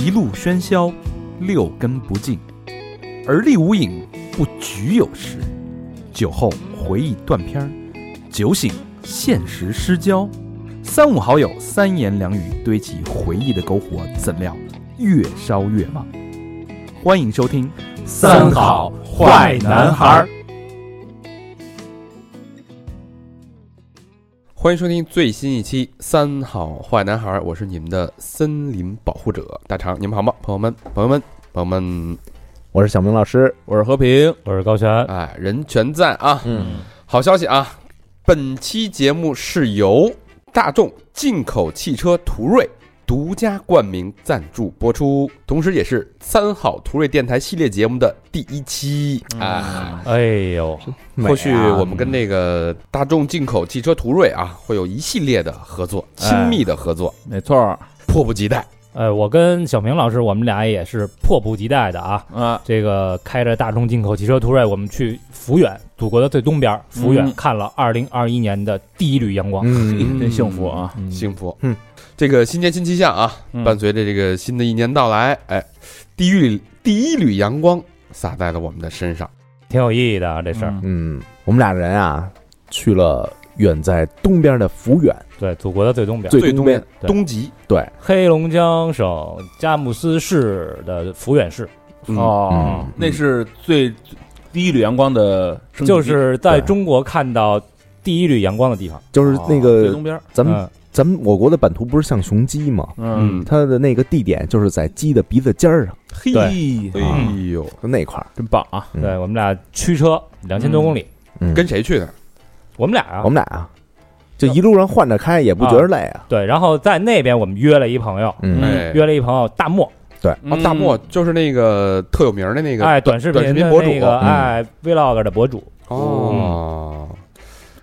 一路喧嚣，六根不净，而立无影，不局有时。酒后回忆断片儿，酒醒现实失焦。三五好友三言两语堆起回忆的篝火，怎料越烧越旺。欢迎收听《三好坏男孩儿》，欢迎收听最新一期《三好坏男孩》，我是你们的森林保护者大肠，你们好吗？朋友们，朋友们，朋友们，我是小明老师。我是和平，我是高泉，啊哎，人全在啊！嗯，好消息啊，本期节目是由大众进口汽车途锐独家冠名赞助播出，同时也是三好途锐电台系列节目的第一期啊。哎呦，或许我们跟那个大众进口汽车途锐啊，会有一系列的合作，亲密的合作，没错儿迫不及待。呃，我跟小明老师，我们俩也是迫不及待的啊。啊，这个开着大众进口汽车途锐，我们去抚远，祖国的最东边，抚远、嗯看了二零二一年的第一缕阳光。嗯，嗯真幸福啊！幸福。嗯，这个新年新气象啊，嗯伴随着这个新的一年到来，哎，第一缕第一缕阳光洒在了我们的身上。挺有意义的啊，这事儿、嗯，我们俩人啊，去了远在东边的抚远，对祖国的最东边，最最东东边边对东极对，黑龙江省佳木斯市的抚远市，嗯哦，嗯那是最第一缕阳光的升级地，就是在对中国看到第一缕阳光的地方。就是那最个东边儿，咱们嗯咱们我国的版图不是像雄鸡吗？嗯，它的那个地点就是在鸡的鼻子尖儿上，嘿，哎呦，就那块儿。真棒啊！嗯对我们俩驱车两千多公里，嗯，跟谁去的？我们俩啊我，们俩啊，就一路上换着开，也不觉得累啊。对，然后在那边我们约了一朋友，嗯哎，约了一朋友大漠，嗯哦，大漠就是那个特有名的那个哎，短视频的短视频博主啊那个嗯哎 vlog 的博主，哦，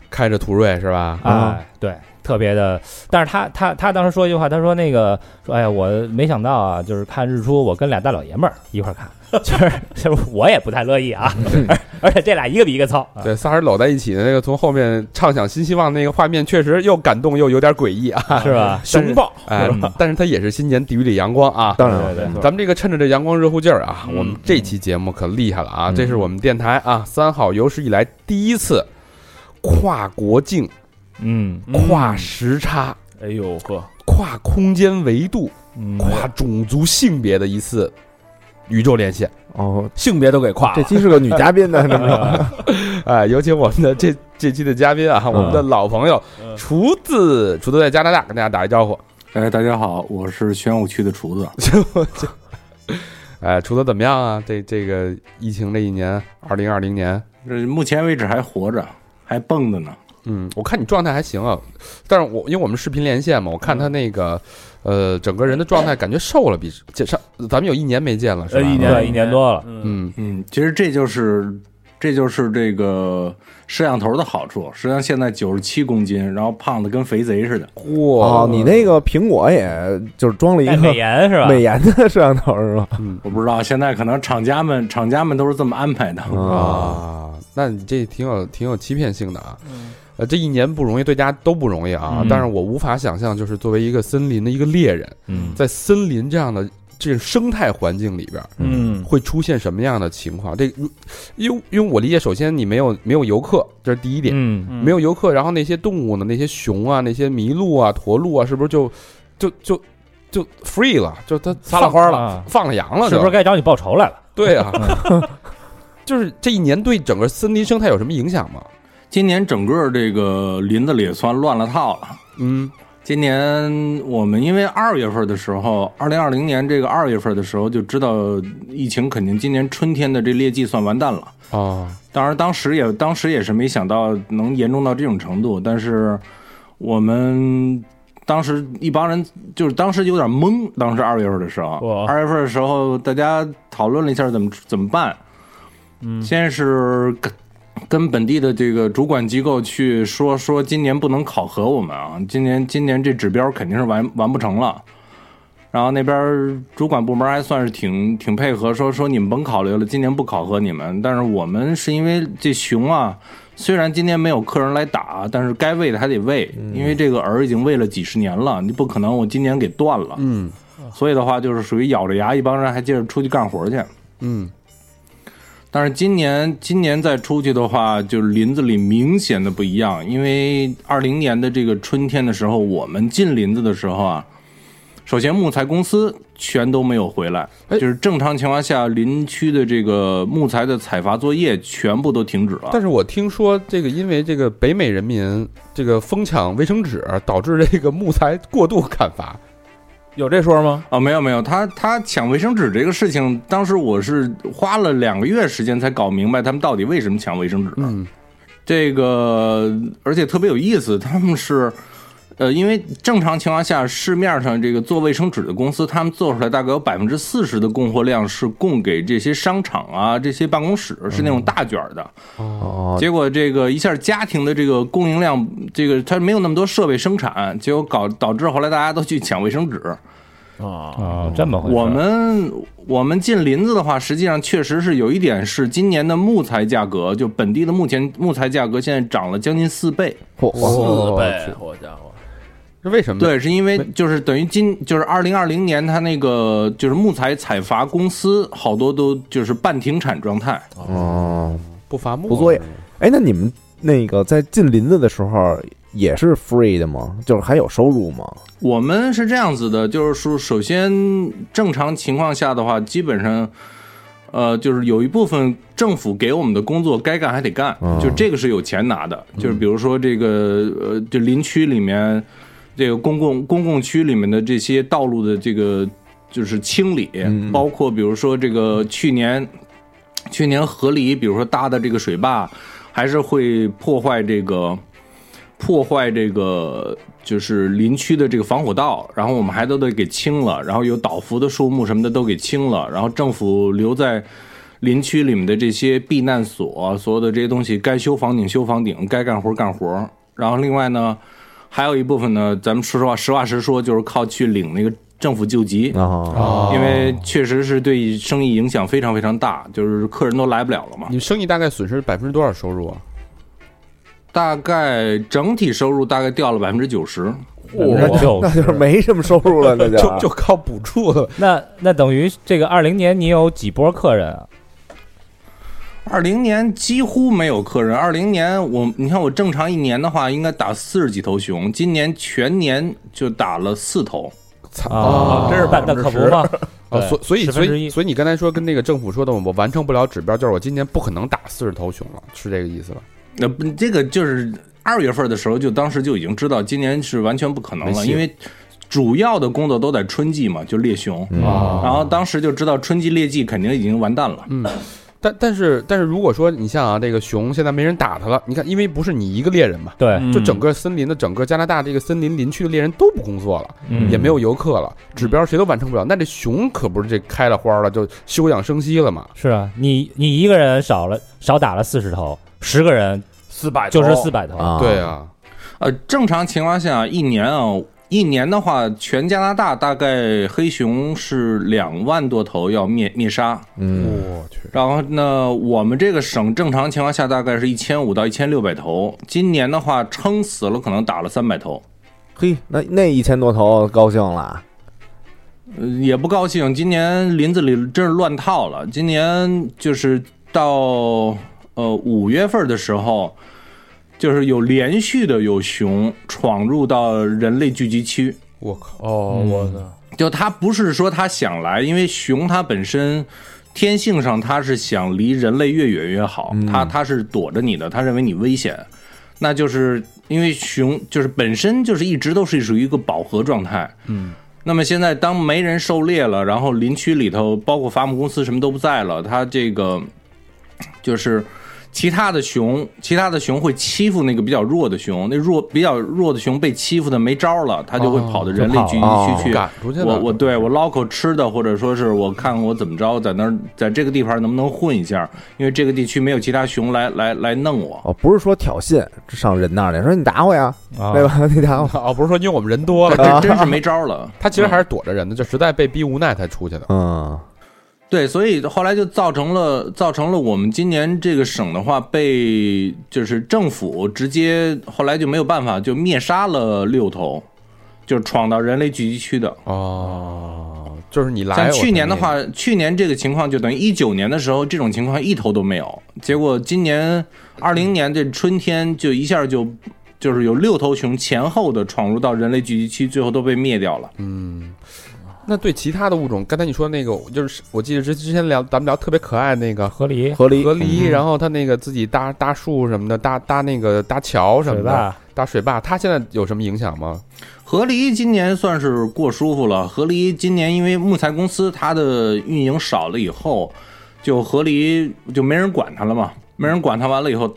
开着途锐是吧？啊哎，对，特别的。但是他他他当时说一句话，他说那个说，哎呀，我没想到啊，就是看日出，我跟俩大老爷们儿一块儿看， 就是就是我也不太乐意啊，而而且这俩一个比一个糙，啊嗯对，仨人搂在一起的那个，从后面畅想新希望那个画面，确实又感动又有点诡异啊！是吧？ 熊 抱，哎嗯，但是它也是新年第一缕阳光啊！当然对了，对对，咱们这个趁着这阳光热乎劲儿啊，嗯我们这期节目可厉害了啊！嗯这是我们电台啊三好有史以来第一次跨国境、嗯，跨时差、哎呦呵，跨空间维度、嗯跨种族性别的一次宇宙连线。哦，性别都给跨这了，鸡是个女嘉宾呢，是吗？哎，有请我们的 这这期的嘉宾啊，我们的老朋友嗯厨子，厨子在加拿大跟大家打一招呼。哎，大家好，我是玄武区的厨 子。哎，厨子怎么样啊？这这个疫情这一年，二零二零年，这目前为止还活着，还蹦着呢。嗯，我看你状态还行啊，但是我因为我们视频连线嘛，我看他那个，呃，整个人的状态感觉瘦了，比这上咱们有一年没见了，是呃，吧？一对年一年多了嗯，嗯，嗯，其实这就是这就是这个摄像头的好处。实际上现在九十七公斤，然后胖的跟肥贼似的。哇，哦，你那个苹果也就是装了一哎个美颜是吧？美颜的摄像头是吧？我不知道现在可能厂家们厂家们都是这么安排的。嗯啊，那你这挺有挺有欺骗性的啊。呃，这一年不容易，对大家都不容易啊。嗯但是我无法想象，就是作为一个森林的一个猎人，嗯在森林这样的这种生态环境里边，嗯会出现什么样的情况？这，如因为因为我理解，首先你没有没有游客，这是第一点。嗯，嗯没有游客，然后那些动物呢，那些熊啊，那些麋鹿啊、驼鹿啊，是不是就就就就 free 了？就它撒了放欢儿了放了羊了，啊是不是就？该找你报仇来了？对啊，嗯 就是这一年对整个森林生态有什么影响吗？今年整个这个林子里也算乱了套了。嗯今年我们因为二月份的时候，二零二零年这个二月份的时候就知道疫情肯定今年春天的这劣迹算完蛋了。哦啊，当然，当时也当时也是没想到能严重到这种程度，但是我们当时一帮人就是当时有点懵，当时二月份的时候，哇二月份的时候大家讨论了一下怎么怎么办，嗯，先是跟跟本地的这个主管机构去说说今年不能考核我们啊，今年今年这指标肯定是完完不成了。然后那边主管部门还算是挺挺配合，说说你们甭考虑了，今年不考核你们。但是我们是因为这熊啊，虽然今年没有客人来打，但是该喂的还得喂，因为这个饵已经喂了几十年了，你不可能我今年给断了。嗯，所以的话就是属于咬着牙，一帮人还接着出去干活去。嗯，但是今年今年再出去的话，就是林子里明显的不一样，因为二零年的这个春天的时候，我们进林子的时候啊，首先木材公司全都没有回来，哎就是正常情况下，林区的这个木材的采伐作业全部都停止了。但是我听说这个，因为这个北美人民这个疯抢卫生纸，导致这个木材过度砍伐。有这说吗？啊、没有没有，他他抢卫生纸这个事情，当时我是花了两个月时间才搞明白他们到底为什么抢卫生纸。嗯这个而且特别有意思，他们是。呃，因为正常情况下，市面上这个做卫生纸的公司，他们做出来大概有百分之四十的供货量是供给这些商场啊、这些办公室，是那种大卷儿的。哦，结果这个一下家庭的这个供应量，这个它没有那么多设备生产，结果搞导致后来大家都去抢卫生纸。啊，哦啊，这么回事。我们我们进林子的话，实际上确实是有一点是今年的木材价格，就本地的目前木材价格现在涨了将近四倍。嚯哦四哇倍，哎好家伙，这为什么呢？对，是因为就是等于今就是二零二零年，它那个就是木材采伐公司好多都就是半停产状态。哦，不伐木，啊不作业。哎，那你们那个在进林子的时候也是 free 的吗？就是还有收入吗？我们是这样子的，就是说，首先正常情况下的话，基本上，呃，就是有一部分政府给我们的工作该干还得干，嗯就这个是有钱拿的。就是比如说这个呃，就林区里面这个公共公共区里面的这些道路的这个就是清理，包括比如说这个去年去年河里，比如说搭的这个水坝，还是会破坏这个破坏这个就是林区的这个防火道，然后我们还都得给清了，然后有倒伏的树木什么的都给清了，然后政府留在。林区里面的这些避难所，所有的这些东西，该修房顶修房顶，该干活干活。然后另外呢，还有一部分呢，咱们说实话，实话实说，就是靠去领那个政府救济。啊，因为确实是对生意影响非常非常大，就是客人都来不了了嘛。你生意大概损失百分之多少收入啊？大概整体收入大概掉了百分之九十，那就那就是没什么收入了，那就 就靠补助了。那那等于这个二零年你有几波客人啊？二零年几乎没有客人。二零年我，你看我正常一年的话，应该打四十几头熊，今年全年就打了四头。操啊，这是那那可不吗？啊，对所所以10所分之以一所以你刚才说跟那个政府说的，我完成不了指标，就是我今年不可能打四十头熊了，是这个意思吧？那、呃不这个就是二月份的时候，就当时就已经知道今年是完全不可能没了，戏因为主要的工作都在春季嘛，就猎熊。哦哦然后当时就知道春季猎季肯定已经完蛋了。但但是但是如果说你像啊，这个熊现在没人打它了，你看，因为不是你一个猎人嘛，对，嗯就整个森林的整个加拿大这个森林林区的猎人都不工作了，嗯也没有游客了，嗯指标谁都完成不了。那这熊可不是这开了花了，就休养生息了嘛？是啊，你你一个人少了少打了四十头，十个人四百就是头四百头。啊，对啊，呃，正常情况下，一年啊，一年的话，全加拿大大概黑熊是两万多头要灭灭杀。嗯，我去，然后呢，我们这个省正常情况下大概是一千五到一千六百头，今年的话撑死了可能打了三百头，嘿，那那一千多头高兴了，呃也不高兴。今年林子里真是乱套了，今年就是到呃五月份的时候，就是有连续的有熊闯入到人类聚集区。我靠，哦，我操，就它不是说它想来，因为熊它本身天性上它是想离人类越远越好，它它是躲着你的，它认为你危险，那就是因为熊就是本身就是一直都是属于一个饱和状态，嗯。那么现在，当没人狩猎了，然后林区里头包括伐木公司什么都不在了，它这个就是其他的熊，其他的熊会欺负那个比较弱的熊，那弱比较弱的熊被欺负的没招了，它就会跑到人类聚集哦区去，赶出去了我我对我捞口吃的，或者说是我看看我怎么着，在那儿在这个地方能不能混一下，因为这个地区没有其他熊来来来弄我。哦，不是说挑衅上人那儿来说你打我呀，啊对吧？ 你打我，哦，不是说因为我们啊人多这了，这真是没招了。他其实还是躲着人的，就实在被逼无奈才出去的。嗯，对，所以后来就造成了造成了我们今年这个省的话被就是政府直接后来就没有办法就灭杀了六头，就是闯到人类聚集区的。哦，就是你来，像我去年的同意，话，去年这个情况就等于一九年的时候，这种情况一头都没有。结果今年二零年这春天就一下就就是有六头熊前后的闯入到人类聚集区，最后都被灭掉了。那对其他的物种，刚才你说那个，就是我记得之之前聊，咱们聊特别可爱那个河狸、河狸河嗯狸，然后它那个自己搭搭树什么的，搭搭那个搭桥什水么的，坝，搭水坝，它现在有什么影响吗？河狸今年算是过舒服了。河狸今年因为木材公司它的运营少了以后，就河狸就没人管它了嘛，没人管它完了以后，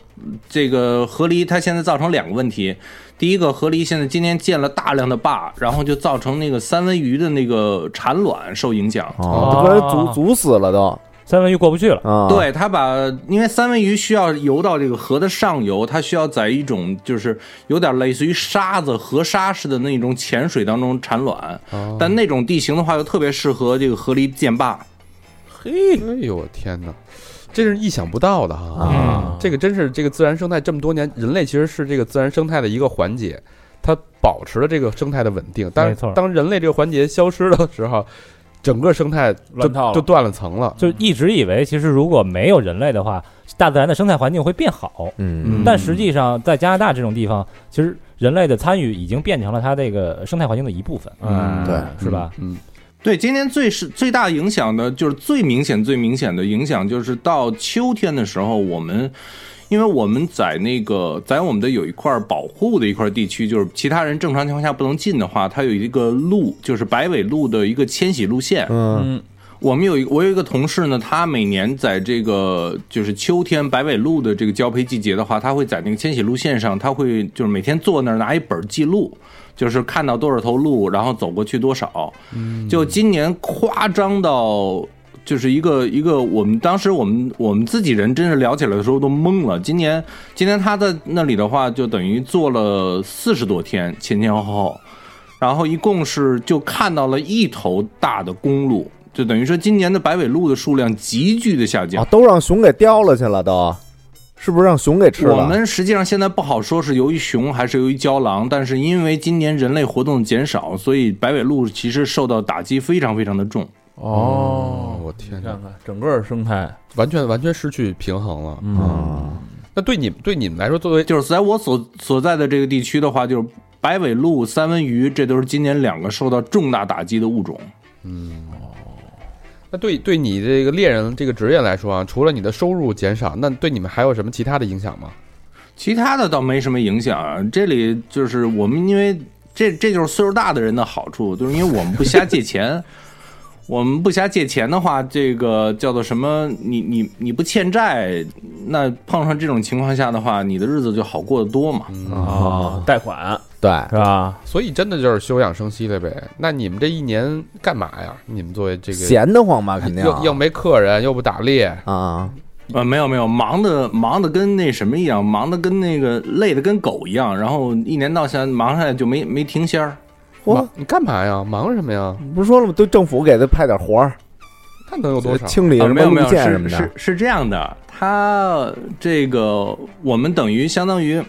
这个河狸它现在造成两个问题。第一个，河狸现在今年建了大量的坝，然后就造成那个三文鱼的那个产卵受影响。哦，这不是阻阻死了都三文鱼过不去了，啊！，对它把，因为三文鱼需要游到这个河的上游，它需要在一种就是有点类似于沙子、河沙似的那种浅水当中产卵，哦但那种地形的话又特别适合这个河狸建坝。嘿，哎呦我天哪，这是意想不到的哈！啊嗯这个真是这个自然生态这么多年，人类其实是这个自然生态的一个环节，它保持了这个生态的稳定。但没错当人类这个环节消失的时候，整个生态就乱套了就断了层了。就一直以为其实如果没有人类的话，大自然的生态环境会变好。嗯，但实际上，在加拿大这种地方，其实人类的参与已经变成了它这个生态环境的一部分，嗯对，是吧？嗯，对，今年最是最大影响的就是最明显、最明显的影响就是到秋天的时候，我们因为我们在那个在我们的有一块保护的一块地区，就是其他人正常情况下不能进的话，它有一个路，就是白尾鹿的一个迁徙路线。嗯我们有一我有一个同事呢，他每年在这个就是秋天白尾鹿的这个交配季节的话，他会在那个迁徙路线上，他会就是每天坐那儿拿一本记录，就是看到多少头鹿，然后走过去多少。就今年夸张到就是一个一个，我们当时我们我们自己人真是聊起来的时候都懵了。今年今年他在那里的话，就等于做了四十多天，前前后后，然后一共是就看到了一头大的公鹿。就等于说，今年的白尾鹿的数量急剧的下降啊，。都让熊给叼了去了，都是不是让熊给吃我了？们实际上现在不好说是由于熊还是由于郊狼，但是因为今年人类活动的减少，所以白尾鹿其实受到打击非常非常的重。哦，我天你哪看，看整个生态，完全完全失去平衡了。嗯，那对你们对你们来说，作为就是在我所所在的这个地区的话，就是白尾鹿、三文鱼，这都是今年两个受到重大打击的物种。那对对你这个猎人这个职业来说啊，除了你的收入减少，那对你们还有什么其他的影响吗？其他的倒没什么影响啊。这里就是我们，因为这这就是岁数大的人的好处，就是因为我们不瞎借钱。 我们不瞎借钱的话，这个叫做什么？你你你不欠债，那碰上这种情况下的话，你的日子就好过得多嘛。哦啊，贷款对，是吧？所以真的就是休养生息了呗。那你们这一年干嘛呀？你们作为这个闲得慌吧，肯定又又没客人，又不打猎，啊，呃，没有没有，忙的忙的跟那什么一样，忙的跟那个累的跟狗一样，然后一年到现在忙下来就没没停歇儿。我忙你干嘛呀？忙什么呀？不是说了吗？对政府给他派点活儿，那能有多少？清理啊什没么有没路有，线什么是的是，是这样的，他这个我们等于相当于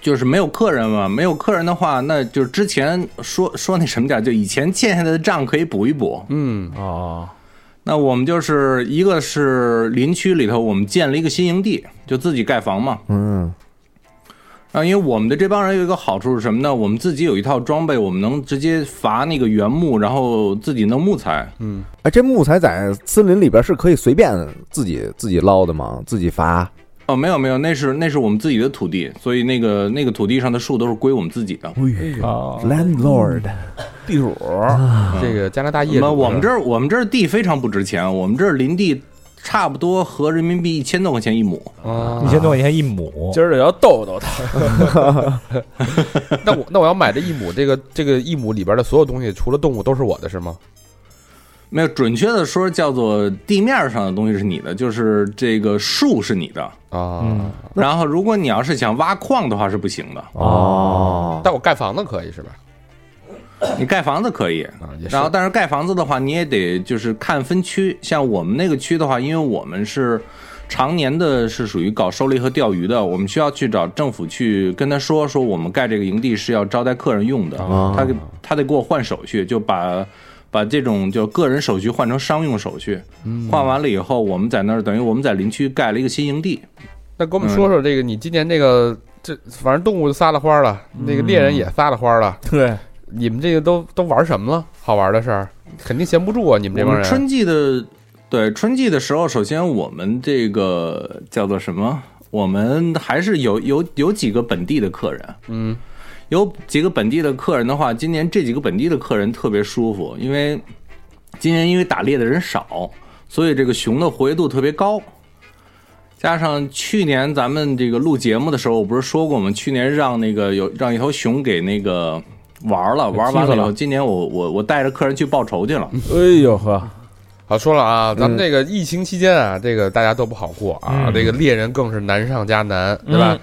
就是没有客人嘛，没有客人的话，那就之前说说那什么点儿，就以前欠下来的账可以补一补。嗯，哦，那我们就是一个是林区里头，我们建了一个新营地，就自己盖房嘛。嗯，啊，因为我们的这帮人有一个好处是什么呢？我们自己有一套装备，我们能直接伐那个原木，然后自己弄木材。哎，这木材在森林里边是可以随便自己自己捞的吗？自己伐？哦，没有没有，那是那是我们自己的土地，所以那个那个土地上的树都是归我们自己的。啊，哎 landlord 地主啊这个加拿大业那主，我们这儿我们这儿地非常不值钱，我们这儿林地差不多合人民币一千多块钱一亩。啊一，千多块钱一亩，今儿就要逗逗他， 那我那我要买这一亩，这个这个一亩里边的所有东西，除了动物都是我的，是吗？没有，准确的说叫做地面上的东西是你的，就是这个树是你的。嗯啊，然后，如果你要是想挖矿的话是不行的，哦，但我盖房子可以是吧？你盖房子可以，啊，也是然。后，但是盖房子的话，你也得就是看分区。像我们那个区的话，因为我们是常年的是属于搞狩猎和钓鱼的，我们需要去找政府去跟他说，啊啊啊说我们盖这个营地是要招待客人用的，他给他得给我换手续，就把。把这种就个人手续换成商用手续，嗯换完了以后，我们在那儿等于我们在林区盖了一个新营地。那给我们说说这个，你今年这个这反正动物撒了花了，那个猎人也撒了花了，对，你们这个都都玩什么了？好玩的事儿肯定闲不住啊！你们这我帮们人春季的，对春季的时候，首先我们这个叫做什么？我们还是有有有几个本地的客人，嗯，有几个本地的客人的话，今年这几个本地的客人特别舒服，因为今年因为打猎的人少，所以这个熊的活跃度特别高。加上去年咱们这个录节目的时候，我不是说过吗？去年让那个有让一头熊给那个玩了，玩完了以后，今年我我我带着客人去报仇去了。哎呦呵，好说了啊，咱们这个疫情期间啊，这个大家都不好过啊，嗯这个猎人更是难上加难，对吧嗯？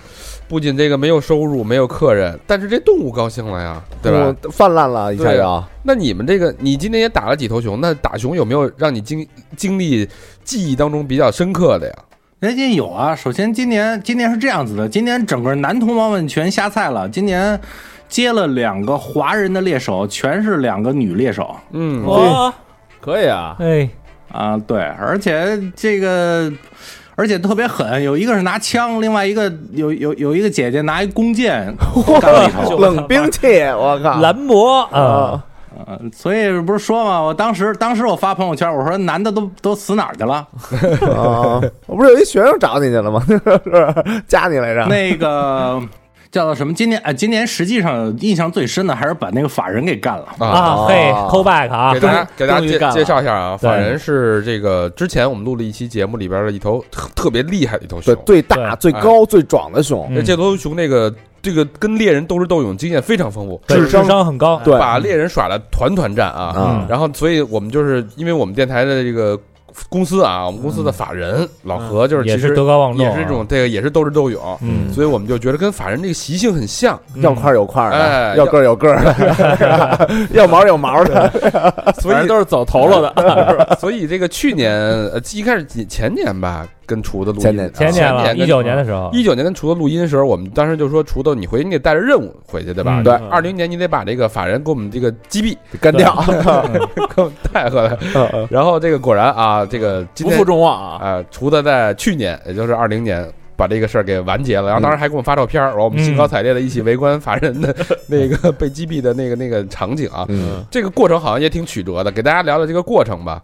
不仅这个没有收入，没有客人，但是这动物高兴了呀，对吧？嗯？泛滥了一下对就，啊那你们这个，你今天也打了几头熊？那打熊有没有让你经经历记忆当中比较深刻的呀？人家有啊，首先今年今年是这样子的，今年整个男同胞们全下菜了，今年接了两个华人的猎手，全是两个女猎手嗯，哇，可以啊，哎，啊，对，而且这个而且特别狠，有一个是拿枪，另外一个有有有一个姐姐拿一弓箭干了一 头，冷兵器，我靠！兰博啊，呃所以不是说嘛，我当时当时我发朋友圈，我说男的都都死哪儿去了？啊，我不是有一学生找你去了吗？是不是 加你来着？那个叫做什么？今年啊、今年实际上印象最深的还是把那个法人给干了。啊，啊，嘿，call back 啊给，大家给大家终于介干了介绍一下啊，对法人是这个之前我们录了一期节目里边的一头特特别厉害的一头对熊，，最大、最哎高、最壮的熊，嗯这头熊那个这个跟猎人斗智斗勇经验非常丰富，对智商商很高，对把猎人耍的团团战啊。啊嗯，然后，所以我们就是因为我们电台的这个公司啊，我们公司的法人老何就是嗯也其是实德高望重，啊也是这，种这个也是斗智斗勇，嗯，所以我们就觉得跟法人这个习性 很像。嗯要块儿有块儿哎的，要个儿有个儿的， 要毛儿有毛儿的，所以都是走头了的， 所以这个去年呃一开始几前年吧，跟厨子录音啊前年前年啊了，一九年的时啊候，一九年跟厨子录音的时候，我们当时就说厨子你回去你得带着任务回去对吧？嗯对二零年你得把这个法人给我们这个击毙干掉。给我们带回来。嗯 然后这个果然啊，这个今不天负众望啊，啊，厨子在去年也就是二零年。把这个事儿给完结了，然后当嗯时还给我们发照片儿，然后我们兴高采烈的一起围观法人 的那个被击毙的那个那个场景啊，嗯，这个过程好像也挺曲折的，给大家聊聊这个过程吧。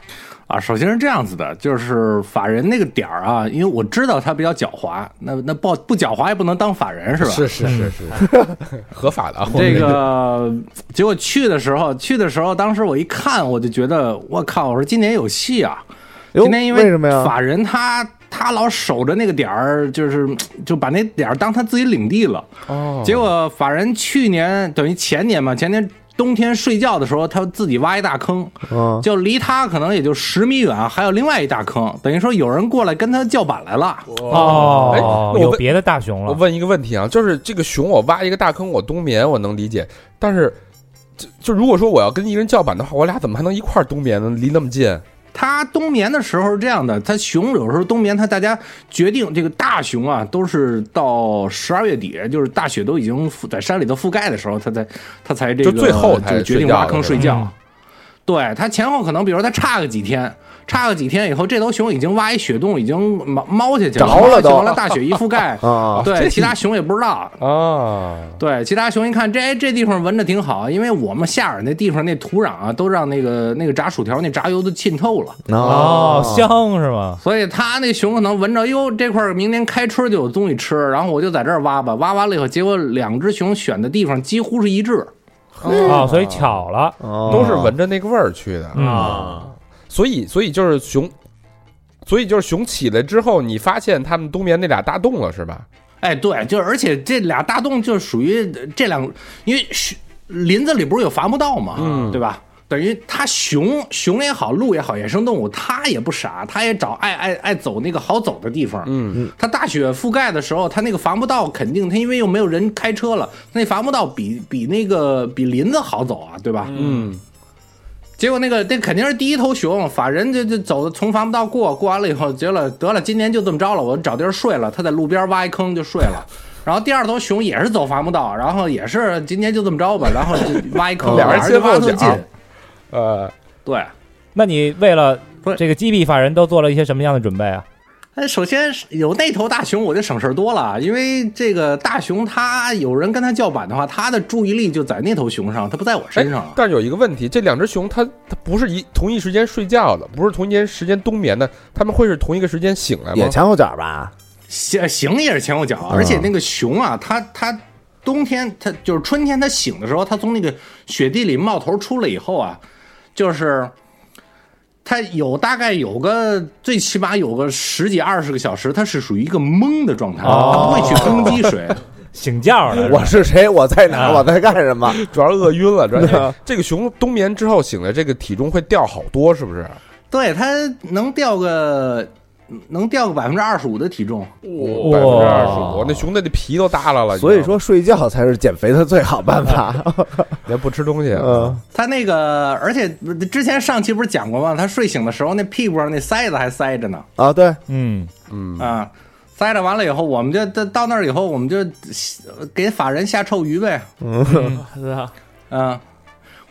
啊，首先是这样子的，就是法人那个点儿啊，因为我知道他比较狡猾，那那不不狡猾也不能当法人是吧？是是是，合法的啊。这个结果去的时候，去的时候，当时我一看，我就觉得我靠，我说今年有戏啊！哟今年因为什么呀法人他他老守着那个点儿，就是就把那点儿当他自己领地了。哦，结果法人去年等于前年嘛，前年冬天睡觉的时候，他自己挖一大坑，嗯就离他可能也就十米远，还有另外一大坑，等于说有人过来跟他叫板来了。哎哦，那我有问别的大熊我了，问一个问题啊，就是这个熊，我挖一个大坑，我冬眠，我能理解。但是，就就如果说我要跟一个人叫板的话，我俩怎么还能一块儿冬眠呢？离那么近，它冬眠的时候是这样的，它熊有时候冬眠，它大家决定这个大熊啊，都是到十二月底，就是大雪都已经覆在山里头覆盖的时候，它才它才这个就最后才就决睡定觉挖坑睡是觉吧。对它前后可能，比如说它差个几天，差个几天以后，这头熊已经挖一雪洞，已经猫猫下去着了都，完了大雪一覆盖啊，对，其他熊也不知道，啊，对，其他熊一看，这哎这地方闻着挺好，因为我们下耳那地方那土壤啊，都让那个那个炸薯条那炸油都浸透了，哦，啊啊香是吗？所以他那熊可能闻着，哟这块儿明年开春就有东西吃，然后我就在这儿挖吧，挖完了以后，结果两只熊选的地方几乎是一致，嗯啊，所以巧了，都都是闻着那个味儿去的。嗯，啊，所以，所以就是熊，所以就是熊起来之后，你发现他们冬眠那俩大洞了，是吧？哎，对，就而且这俩大洞就属于这两，因为是林子里不是有伐木道嘛，嗯对吧？等于它熊熊也好，鹿也好，野生动物它也不傻，它也找爱爱爱走那个好走的地方。嗯，它大雪覆盖的时候，它那个伐木道肯定，它因为又没有人开车了，那伐木道比比那个比林子好走啊，对吧？嗯，结果那个那肯定是第一头熊，法人就就走从伐木道过，过完了以后，结了得了，今年就这么着了，我找地儿睡了，他在路边挖一坑就 睡了。然后第二头熊也是走伐木道，然 后也是今年就这么着吧，然后就挖一坑，俩人哦人就先挖后特脚近，呃，对，那你为了不是这个击毙法人都做了一些什么样的准备啊？哎，首先是有那头大熊，我就省事儿多了，因为这个大熊它有人跟它叫板的话，它的注意力就在那头熊上，它不在我身上哎了。但是有一个问题，这两只熊它它不是一同一时间睡觉的，不是同一间时间冬眠的，它们会是同一个时间醒来吗也？前后脚吧？行行也是前后脚，而且那个熊啊，它它冬天它就是春天它醒的时候，它从那个雪地里冒头出来以后啊，就是它有大概有个最起码有个十几二十个小时，它是属于一个懵的状态，它不会去攻击谁。醒觉了是吧，我是谁？我在哪儿？我在干什 么？主要是饿晕了，主要是、啊哎这个熊冬眠之后醒来，这个体重会掉好多，是不是？对，它能掉个能掉个百分之二十五的体重。百分之二十五，那熊的那皮都耷拉了。所以你知道吗说睡觉才是减肥的最好办法。人家不吃东西，啊嗯，它那个，而且之前上期不是讲过吗？它睡醒的时候，那屁股上那塞子还塞着呢。啊，对，嗯，嗯，啊，塞着完了以后，我们就到到那儿以后，我们就呃给法人下臭鱼呗。是啊，嗯、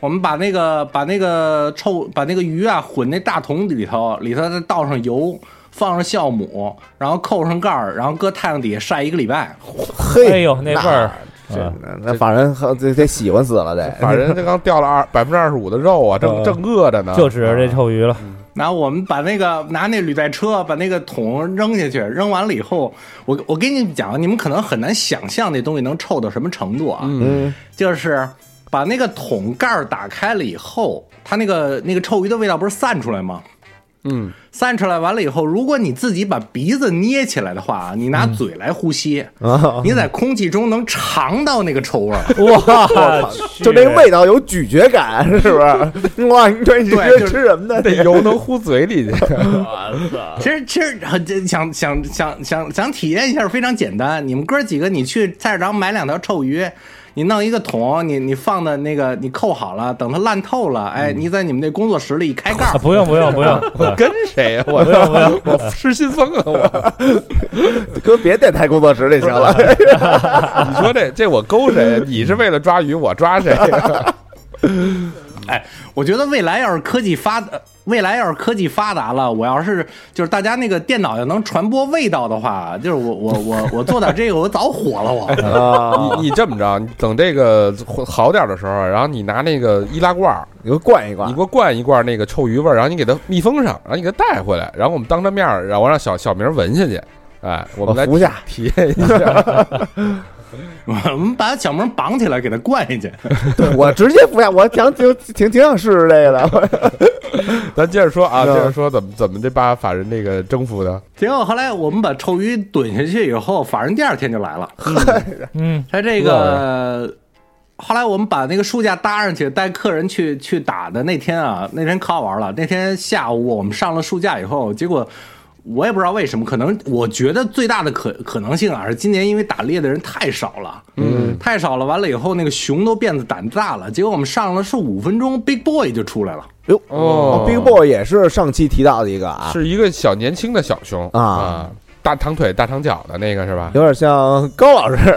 我们把那个把那个臭把那个鱼啊混那大桶里头，里头再倒上油，放上酵母，然后扣上盖儿，然后搁太阳底下晒一个礼拜。嘿，哎呦那味儿这啊那法人和得得喜欢死了得。反正这刚掉了 二百分之二十五的肉啊，嗯正呃正饿着呢。就指着这臭鱼 了。然后我们把那个拿那履带车把那个桶扔下去，扔完了以后，我我跟你们讲，你们可能很难想象那东西能臭到什么程度啊。嗯，就是把那个桶盖儿打开了以后，它那个那个臭鱼的味道不是散出来吗？嗯，散出来完了以后，如果你自己把鼻子捏起来的话，你拿嘴来呼吸，嗯你在空气中能尝到那个臭味儿。哇，就那味道有咀嚼感，是不是？哇，你说你这对就是吃什么呢？那油能呼嘴里 去。我操， 其实其实很想想想想想体验一下，非常简单。你们哥几个，你去菜市场买两条臭鱼，你弄一个桶，你你放的那个你扣好了，等它烂透了，哎，你在你们那工作室里一开盖儿嗯啊，不用不用不用， 我跟谁呀？我不用不用我失心疯了！我搁别电台工作室里行了。你说这这我勾 谁？你是为了抓鱼，我抓谁？ 哎，我觉得未来要是科技发，呃未来要是科技发达了，我要是就是大家那个电脑要能传播味道的话，就是我我我我做点这个，我早火了我。 啊你你这么着，你等这个好点的时候，然后你拿那个易拉罐儿，你给我灌一你灌给，我灌一罐那个臭鱼味儿，然后你给它密封上，然后你给它带回来，然后我们当着面儿，然后我让小小明闻下去。哎，我我哦们来服下。体验一 下。我们把小明绑起来，给他灌进去。我直接服下，我想挺挺挺想试试这个的。咱接着说啊，是接嗯啊着说怎么怎么这把法人这个征服的。结果后来我们把臭鱼怼下去以后，法人第二天就来了。嗯，他这个后来我们把那个书架搭上去，带客人去去打的那天啊，那天可好玩了。那天下午我们上了书架以后，结果我也不知道为什么，可能我觉得最大的可可能性啊，是今年因为打猎的人太少了，嗯，太少了。完了以后，那个熊都变得胆子大了。结果我们上了是五分钟，Big Boy 就出来了。哟哦，Big Boy 也是上期提到的一个啊，是一个小年轻的小熊啊大长腿、大长脚的那个是 吧？有点像高老师，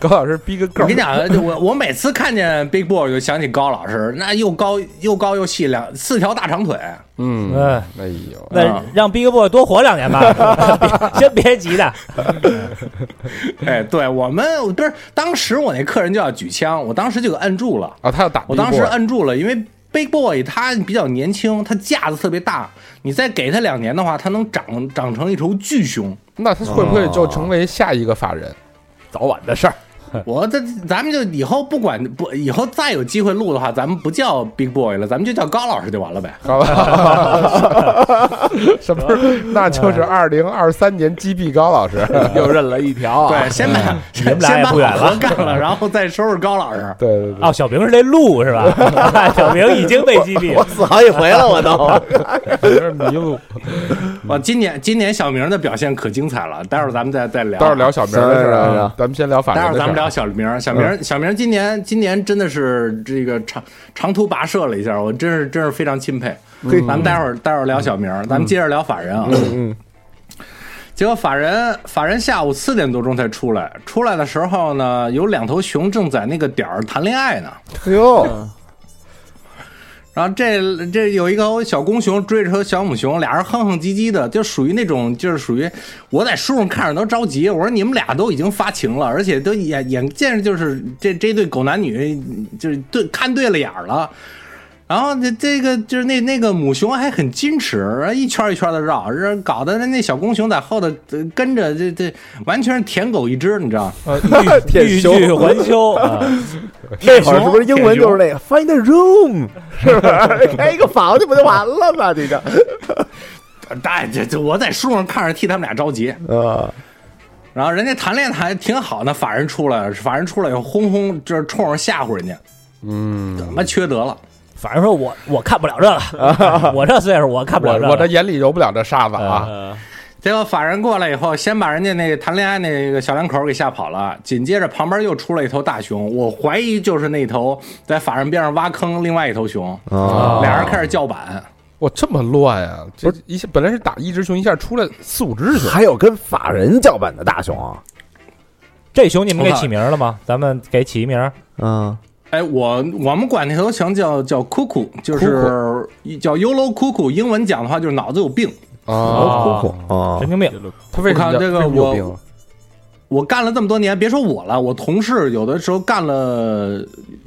高老师逼个 我够跟，你讲，就我我每次看见 Big Boy 就想起高老师，那又高又高又细两四条大长腿。嗯，哎哎呦，那让 Big Boy 多活两年吧， 别先别急的。哎，对我们不是当时我那客人就要举枪，我当时就给摁住了，啊，他要打我 Big 当时哎 Boy 摁住了，因为 Big Boy 他比较年轻，他架子特别大，你再给他两年的话，他能长长成一头巨熊。那他会不会就成为下一个法人？早晚的事儿，哎我这咱们就以后不管不以后再有机会录的话，咱们不叫 Big Boy 了，咱们就叫高老师就完了呗。好吧， 什么时候？那就是二零二三年击毙高老师。 又认了一条啊，对，先把哦嗯你们先俩也把不远了好活干了，然后再收拾高老师。对对对，哦，小明是那鹿是吧？ 小明已经被击毙我 了。 死好几回了， 我都。有点迷路。嗯哇，啊今年今年小明的表现可精彩了，待会儿咱们再再聊。啊待会儿聊小明的事儿行行啊行，咱们先聊法人待的事儿。嗯会儿咱们聊小明儿，小明儿，小明儿今年今年真的是这个长长途跋涉了一下，我真是真是非常钦佩。嗯咱们待会儿待会儿聊小明儿，咱们接着聊法人啊。嗯，结果法人法人下午四点多钟才出来，出来的时候哎呢，有两头熊正在那个点儿谈恋爱呢。哟，然然后这这有一个小公熊追着小母熊，俩人哼哼唧唧的，就属于那种就是属于我在树上看着都着急。我说你们俩都已经发情了，而且都眼眼见着就是这这对狗男女就是对看对了眼儿了。然后这这个就是那那个母熊还很矜持，然后一圈一圈的绕，让搞得那那小公熊在后头呃跟着，这这完全是舔狗一只，你知道？呃，欲欲拒还休啊，那会儿是不是英文就是那个 find a room，是 吧？开一个房去不就完了吗？这个大这这我在树上看着替他们俩着急。啊，然后人家谈恋爱还挺好呢，法人出来了，法人出来以后轰轰，就是冲着吓唬人家，嗯，怎么缺德了？反正说我我看不了这个， 我这岁数我看不我了这我这个。眼里揉不了这沙子啊，结果法人过来以后，先把人家那个谈恋爱那个小两口给吓跑了，紧接着旁边又出来一头大熊，我怀疑就是那头在法人边上挖坑另外一头熊，啊俩人开始叫板。哇，这么乱啊！这一下本来是打一只熊，一下出来四五只熊， 还有跟法人叫板的大熊啊，这熊你们给起名了吗？咱们给起一名，嗯，哎，我我们管那头熊叫叫 cuckoo，就是叫 yolo cuckoo，英文讲的话就是脑子有病。啊，酷酷啊神，经病。他为什么我看这个为什么有我病啊我干了这么多年，别说我了，我同事有的时候干了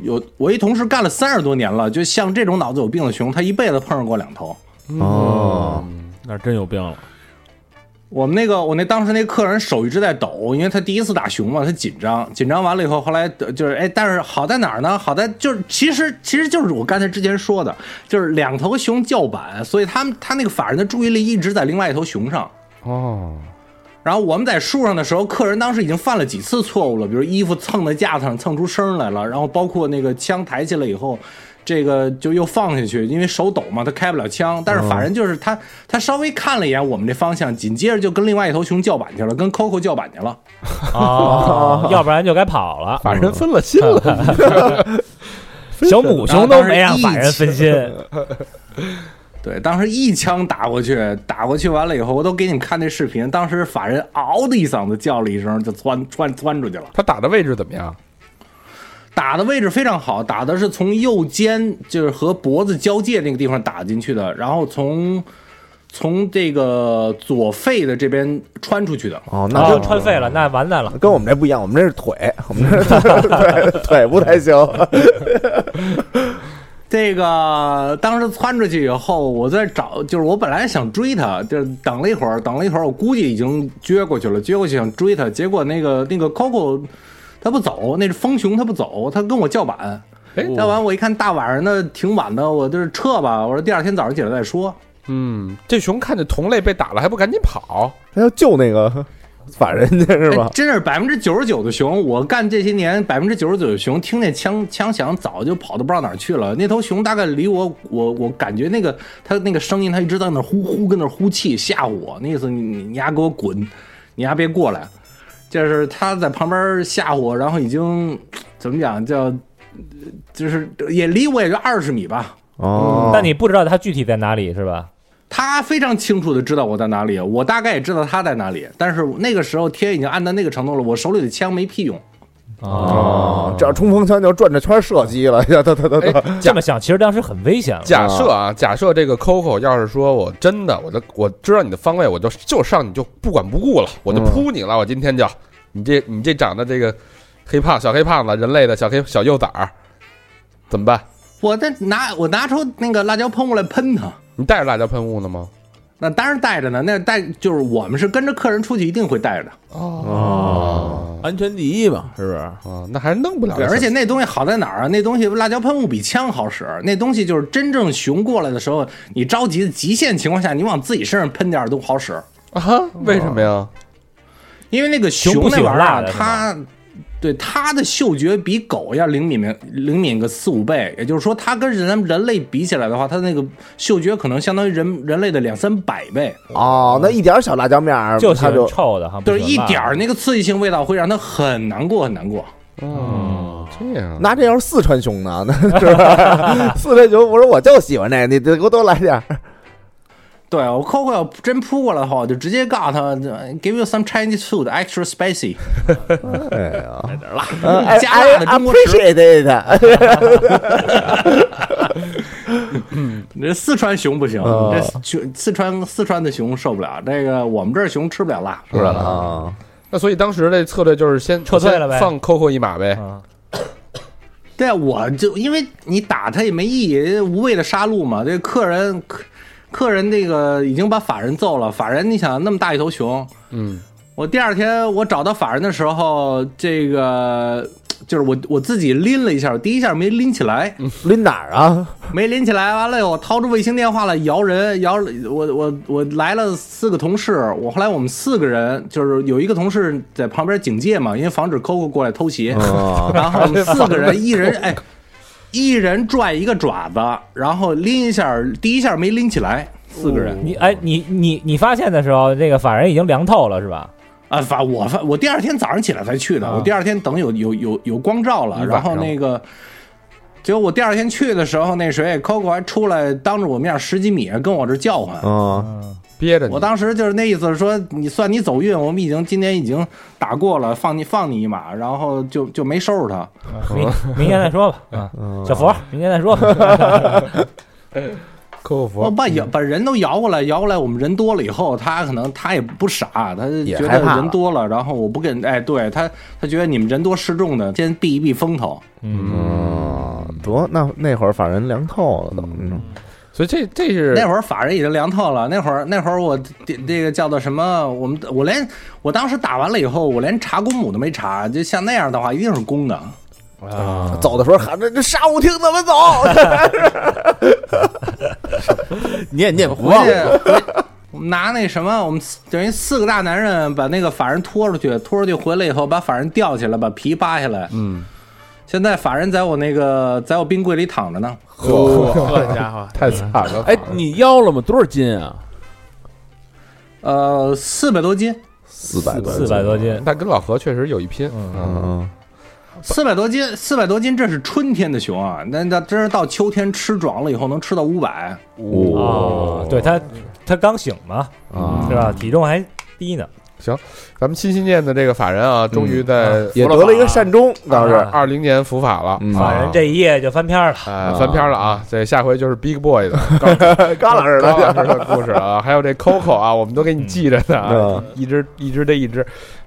有我一同事干了三十多年了，就像这种脑子有病的熊，他一辈子碰上过两头。哦，那真有病了。我们那个我那当时那客人手一直在抖，因为他第一次打熊嘛，他紧张，紧张完了以后，后来呃就是哎，但是好在哪儿呢？好在就是其实其实就是我刚才之前说的，就是两头熊叫板，所以他们他那个法人的注意力一直在另外一头熊上。哦，然后我们在树上的时候，客人当时已经犯了几次错误了，比如衣服蹭在架子上蹭出声来了，然后包括那个枪抬起来以后，这个就又放下去，因为手抖嘛，他开不了枪。但是法人就是他，他稍微看了一眼我们这方向，紧接着就跟另外一头熊叫板去了，跟 Coco 叫板去了。哦，要不然就该跑了。反正分了心了， 小母熊都没让法人分心，对，当时一枪打过去，打过去完了以后，我都给你们看那视频，当时法人嗷的一嗓子叫了一声，就窜窜窜出去了。他打的位置怎么样？打的位置非常好，打的是从右肩就是和脖子交界那个地方打进去的，然后从从这个左肺的这边穿出去的。哦，那啊，就穿废了，那完蛋了。跟我们这不一样，我们这是腿，我们这是对腿不太行。这个当时窜出去以后，我在找，就是我本来想追他，就是等了一会儿，等了一会儿，我估计已经撅过去了，撅过去想追他，结果那个那个 Coco 他不走，那是疯熊他不走，他跟我叫板，哎叫板我一看大晚上的挺晚的，我就是撤吧，我说第二天早上起来再说。嗯，这熊看见同类被打了，还不赶紧跑？ 他要救那个法人去是哎吧？真是百分之九十九的熊，我干这些年百分之九十九的熊，听见枪枪响早就跑到不知道哪儿去了。那头熊大概离我，我我感觉那个它那个声音，它一直在那儿呼呼跟那儿呼气吓唬我，那意思你你你丫给我滚，你丫别过来。就是它在旁边吓唬我，然后已经怎么讲叫，就是也离我也就二十米吧。哦，但你不知道它具体在哪里是吧？他非常清楚的知道我在哪里，我大概也知道他在哪里，但是那个时候天已经暗到那个程度了，我手里的枪没屁用。哦，只要冲锋枪就转着圈射击了， 呀，哒哒哒哒，哎，这假么想，其实当时很危险了。假设啊，假设这个 Coco 要是说我真的，我就我知道你的方位，我就就上你就不管不顾了，我就扑你了，我今天就你这你这长得这个黑胖小黑胖子，人类的小黑小幼崽儿，怎么办？我在拿我拿出那个辣椒喷雾来喷他，你带着辣椒喷雾呢吗？那当然带着呢，那带就是我们是跟着客人出去一定会带着的，哦安全第一嘛，是不是？哦，那还是弄不了对，这小。而且那东西好在哪儿啊？那东西辣椒喷雾比枪好使，那东西就是真正熊过来的时候，你着急的极限情况下，你往自己身上喷点儿都好使，啊，为什么呀？因为那个熊不喜那欢玩意儿辣啊的，是吧它。对它的嗅觉比狗要灵敏灵敏个四五倍，也就是说，它跟人人类比起来的话，它那个嗅觉可能相当于人人类的两三百倍。哦，那一点小辣椒面儿，就喜他欢就臭的哈，不就是喜一欢辣的点儿那个刺激性味道会让他很难过，很难过。哦，这样那这要是四川熊呢？那是吧？四川熊，我说我就喜欢这，你得给我多来点儿。对我 Coco 要真扑过来的话，我就直接告诉他，Give you some Chinese food extra spicy，哎呀，呃加辣的哎 I 啊中国食 appreciate it。你这四川熊不行，啊这四四川四川的熊受不了，这个我们这儿熊吃不了辣，是吧？啊，那所以当时的策略就是 先撤退了呗先放 Coco 一马呗。啊，对，啊我就因为你打他也没意义，无谓的杀戮嘛。这客人客客人那个已经把法人揍了，法人你想那么大一头熊，嗯，我第二天我找到法人的时候，这个就是我我自己拎了一下，我第一下没拎起来，拎哪儿啊？没拎起来，完了我掏出卫星电话来摇人，摇我我我来了四个同事，我后来我们四个人就是有一个同事在旁边警戒嘛，因为防止 Coco 过来偷袭，啊然后我们四个人一人哎，一人拽一个爪子，然后拎一下，第一下没拎起来，四个人你哎，你你你发现的时候，这个法人已经凉透了是吧？啊，反我反我第二天早上起来才去的，啊我第二天等有有有有光照了，你晚然上后那个。结果我第二天去的时候，那谁 Coco 还出来当着我面十几米跟我这叫唤，啊，嗯，憋着你我当时就是那意思说，你算你走运，我们已经今年已经打过了，放你放你一马，然后就就没收拾他。明明天再说吧，啊，嗯小佛，明天再说吧。 Coco 我佛把摇把人都摇过来，摇过来，我们人多了以后，他可能他也不傻，他也觉害得怕人多了，然后我不跟哎，对他他觉得你们人多势众的，先避一避风头。嗯，得那那会儿反正凉透了都，嗯所以这这是那会儿法人已经凉透了，那会儿那会儿我这这个叫做什么？我们我连我当时打完了以后，我连查公母都没查，就像那样的话，一定是公的。走的时候喊着这杀舞厅怎么走？念念不回忘去回拿那什么，我们四等于四个大男人把那个法人拖出去，拖出去回来以后，把法人吊起来，把皮扒下来。嗯，现在法人在我那个在我冰柜里躺着呢，好家伙！太惨了。哎，你腰了吗？多少斤啊？呃，四百多斤， 四百多，四百多斤，但跟老何确实有一拼，啊嗯，四百多斤，四百多斤，这是春天的熊啊，那那真是到秋天吃壮了以后能吃到五百。嗯哦，对他，他刚醒嘛，嗯啊是吧？体重还低呢。咱们心心念的这个法人啊，终于在也得了一个善终，倒是二零年伏法了，嗯法人这一夜就翻篇了。呃，翻篇了啊！这下回就是 Big Boy 的高刚老 师高的，老师的故事啊，还有这 Coco 啊，我们都给你记着呢啊嗯，一只一只这一只。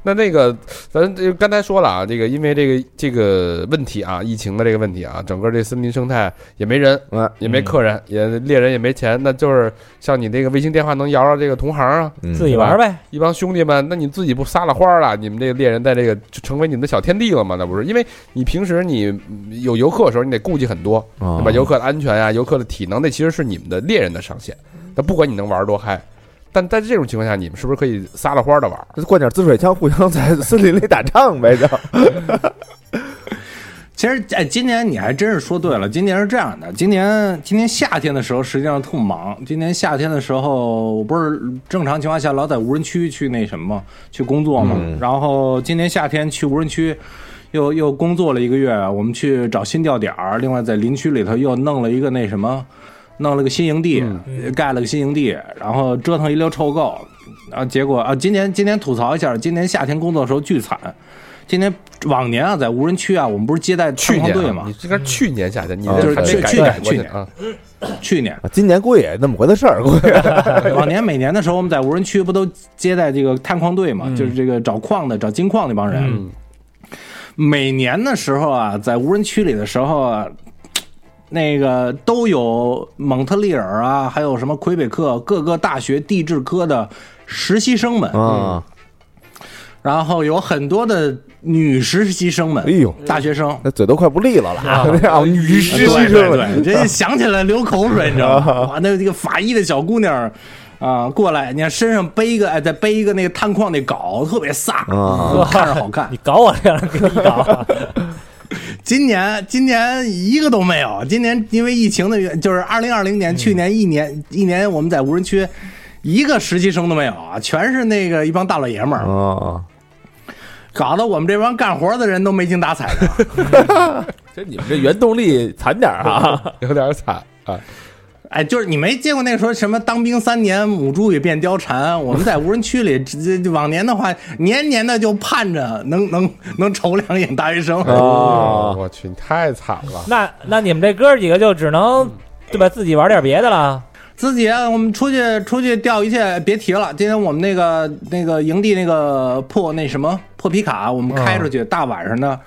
那那个，咱这刚才说了啊，这个因为这个这个问题啊，疫情的这个问题啊，整个这森林生态也没人嗯，也没客人，也猎人也没钱，那就是像你这个卫星电话能摇着这个同行啊，嗯自己玩呗，一帮兄弟们，那你自己不撒了花儿了？你们这个猎人在这个就成为你们的小天地了吗？那不是，因为你平时你嗯有游客的时候，你得顾忌很多，啊对吧？游客的安全呀、游客的体能，那其实是你们的猎人的上限。那不管你能玩儿多嗨，但在这种情况下，你们是不是可以撒了花的玩儿？灌点滋水枪，互相在森林里打仗呗，就其实，哎，今年你还真是说对了。今年是这样的，今年今年夏天的时候实际上特忙。今年夏天的时候，我不是正常情况下老在无人区去那什么去工作嘛。嗯然后今年夏天去无人区，又又工作了一个月。我们去找新调点儿，另外在林区里头又弄了一个那什么，弄了个新营地，嗯盖了个新营地，然后折腾一溜臭够。啊，结果啊，今年今年吐槽一下，今年夏天工作的时候巨惨。今年往年啊，在无人区啊，我们不是接待去探年荒啊队嘛你？这个去年夏天，你啊这还就是没改去改过去去年啊？去年今年估计也那么回的事儿，估计往年每年的时候，我们在无人区不都接待这个探矿队嗯嘛？就是这个找矿的、找金矿那帮人。嗯每年的时候啊，在无人区里的时候啊，那个都有蒙特利尔啊，还有什么魁北克各个大学地质科的实习生们，啊，然后有很多的女实习生们，哎呦，大学生。那嘴都快不利落了 啦，那样女啊实习生啊对啊对对，人家想起来流口水，你知道吗？哇，那这个法医的小姑娘儿啊、过来，你看身上背一个，哎，再背一个那个探矿那镐，特别飒，啊看着好看你。搞我这样给你 搞，今年今年一个都没有，今年因为疫情的原，就是二零二零年，去年一年一年我们在无人区。一个实习生都没有啊，全是那个一帮大老爷们儿，啊，搞得我们这帮干活的人都没精打采的。这你们这原动力惨点儿啊！有点惨啊！哎，就是你没见过那说什么当兵三年母猪也变貂蝉，我们在无人区里，这这往年的话，年年的就盼着能能能瞅两眼哎大学生。啊我去，你太惨了。那那你们这哥几个就只能对吧？自己玩点别的了。自己啊我们出去出去钓鱼去，别提了。今天我们那个那个营地那个破那什么破皮卡，我们啊开出去，大晚上的，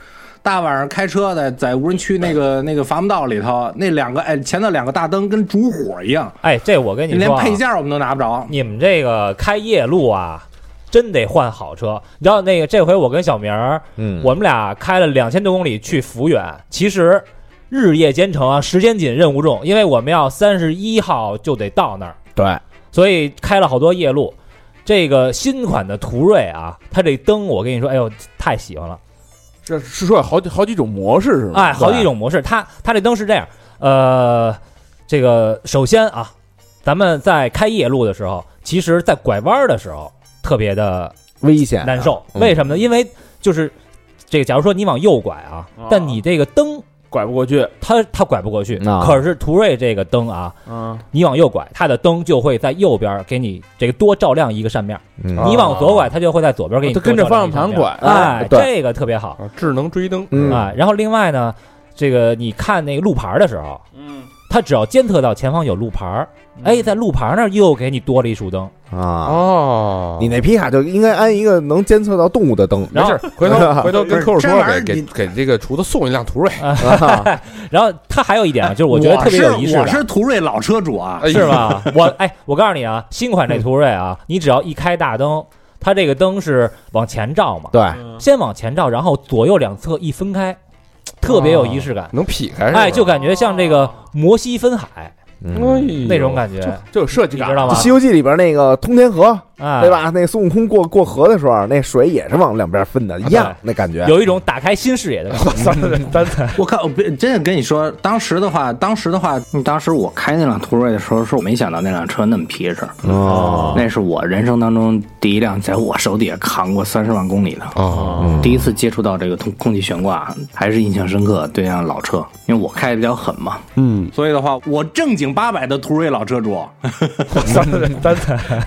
大晚上开车的，在无人区那个那个伐木道里头，那两个哎前头两个大灯跟烛火一样，哎，这我跟你连说、啊，配件我们都拿不着。你们这个开夜路啊，真得换好车。你知道那个这回我跟小明儿，嗯，我们俩开了两千多公里去抚远，其实日夜兼程啊，时间紧，任务重，因为我们要三十一号就得到那儿，对，所以开了好多夜路。这个新款的途锐啊，它这灯我跟你说，哎呦，太喜欢了。这是说有好几好几种模式是吗？哎，好几种模式。它它这灯是这样，呃，这个首先啊，咱们在开夜路的时候，其实在拐弯的时候特别的危险啊，难受，嗯为什么呢？因为就是这个，假如说你往右拐啊，啊但你这个灯拐不过去，它它拐不过去，啊可是途锐这个灯啊，嗯，你往右拐，它的灯就会在右边给你这个多照亮一个扇面；嗯你往左拐，它就会在左边给你哦它多跟着照亮方一向盘个扇面拐哎，对这个特别好。啊，智能追灯，嗯啊。然后另外呢，这个你看那个路牌的时候，嗯，它只要监测到前方有路牌儿，哎，在路牌那儿又给你多了一束灯。啊，哦你那皮卡就应该安一个能监测到动物的灯，没然后事，回头 回头跟客户这玩说意儿给给你给这个厨子送一辆途锐，然后它还有一点啊，就是我觉得特别有仪式我感是。我是途锐老车主啊，哎是？吧？我哎，我告诉你啊，新款这途锐啊，你只要一开大灯，它这个灯是往前照嘛，对，先往前照，然后左右两侧一分开，特别有仪式感。能劈开是吧？哎，就感觉像这个摩西分海哦哎嗯呦那种感觉，这有设计你感，知道就吗《西？游记》里边那个通天河，啊，对？吧？那孙悟空过过河的时候，那水也是往两边分的，一样那感觉。有一种打开新视野的哎感觉。 我看，我别真的跟你说，当时的话，当时的话，嗯当时我开那辆途锐的时候，是我没想到那辆车那么皮实，哦，那是我人生当中第一辆在我手底下扛过三十万公里的，哦， 第一次接触到这个空空气悬挂，还是印象深刻。对辆老车，因为我开的比较狠嘛，嗯，所以的话，我正经八百的途锐老车主，咱咱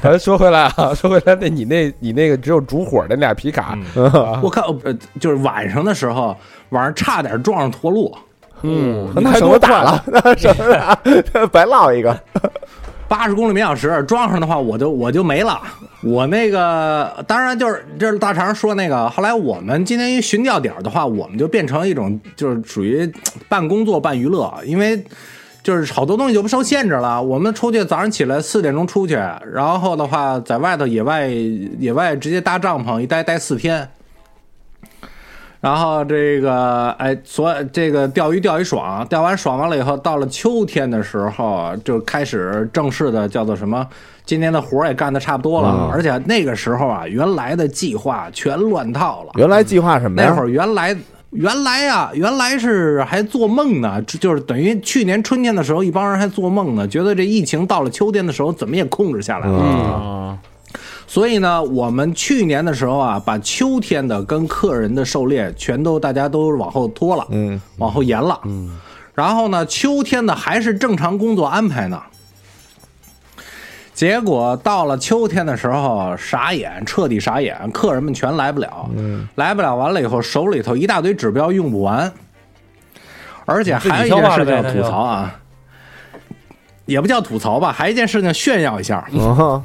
咱说回来啊， 说回来，那你那你那个只有烛火的那俩皮卡，我看呃，就是晚上的时候，晚上差点撞上驼鹿，嗯，那省得打了， 那省得打， 白落一个。八十公里每小时，撞上的话我就我就没了。我那个当然就是这是大肠说那个，后来我们今天一巡调点儿的话，我们就变成一种就是属于嘖半工作半娱乐，因为就是好多东西就不受限制了。我们出去早上起来四点钟出去，然后的话在外头野外野外直接搭帐篷一待待四天。然后这个，哎，所这个钓鱼钓鱼爽，钓完爽完了以后，到了秋天的时候，就开始正式的叫做什么？今年的活儿也干的差不多了，而且那个时候啊，原来的计划全乱套了。原来计划什么呀？那会儿原来原来啊，原来是还做梦呢，就就是等于去年春天的时候，一帮人还做梦呢，觉得这疫情到了秋天的时候怎么也控制下来了。嗯所以呢，我们去年的时候啊，把秋天的跟客人的狩猎全都大家都往后拖了，嗯，往后延了，嗯。然后呢，秋天的还是正常工作安排呢。结果到了秋天的时候，傻眼，彻底傻眼，客人们全来不了，嗯，来不了。完了以后，手里头一大堆指标用不完，而且还有一件事情要吐槽啊，也不叫吐槽吧，还有一件事情炫耀一下，哦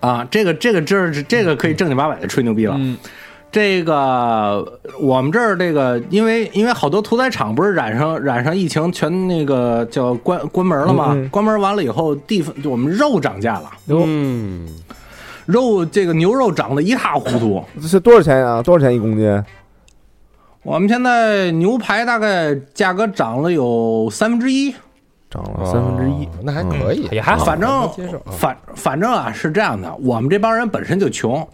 啊，这个这个这是这个可以正经八百的吹牛逼了。这个我们这儿这个，因为因为好多屠宰场不是染上染上疫情，全那个叫关关门了吗？关门完了以后，地方我们肉涨价了，嗯，肉这个牛肉涨得一塌糊涂。这是多少钱啊？多少钱一公斤？我们现在牛排大概价格涨了有三分之一，涨了三分之一哦，那还可以，也还好，反正接受啊反反正啊是这样的，我们这帮人本身就穷，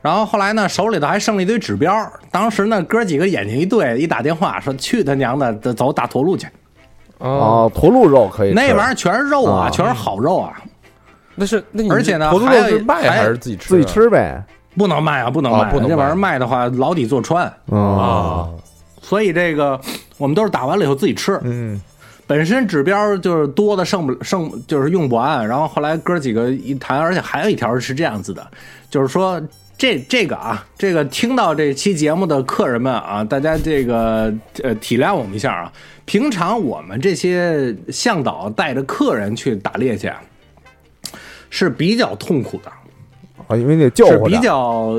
然后后来呢手里头还剩了一堆指标，当时呢哥几个眼睛一对，一打电话说去他娘的，得走打驼鹿去，哦，驼鹿肉可以吃。那玩意儿全是肉啊，啊全是好肉啊，那是那你而且呢驼鹿还肉有是卖还还是自己吃？自己。吃呗。不能卖啊，不能哦卖啊，不能这玩意儿卖卖的话牢底坐穿，啊哦，所以这个我们都是打完了以后自己吃，嗯，本身指标就是多的剩不剩就是用不完，然后后来哥几个一谈，而且还有一条是这样子的，就是说这这个啊，这个听到这期节目的客人们啊，大家这个呃体谅我们一下啊。平常我们这些向导带着客人去打猎去啊，是比较痛苦的。啊，因为那叫是唤比较，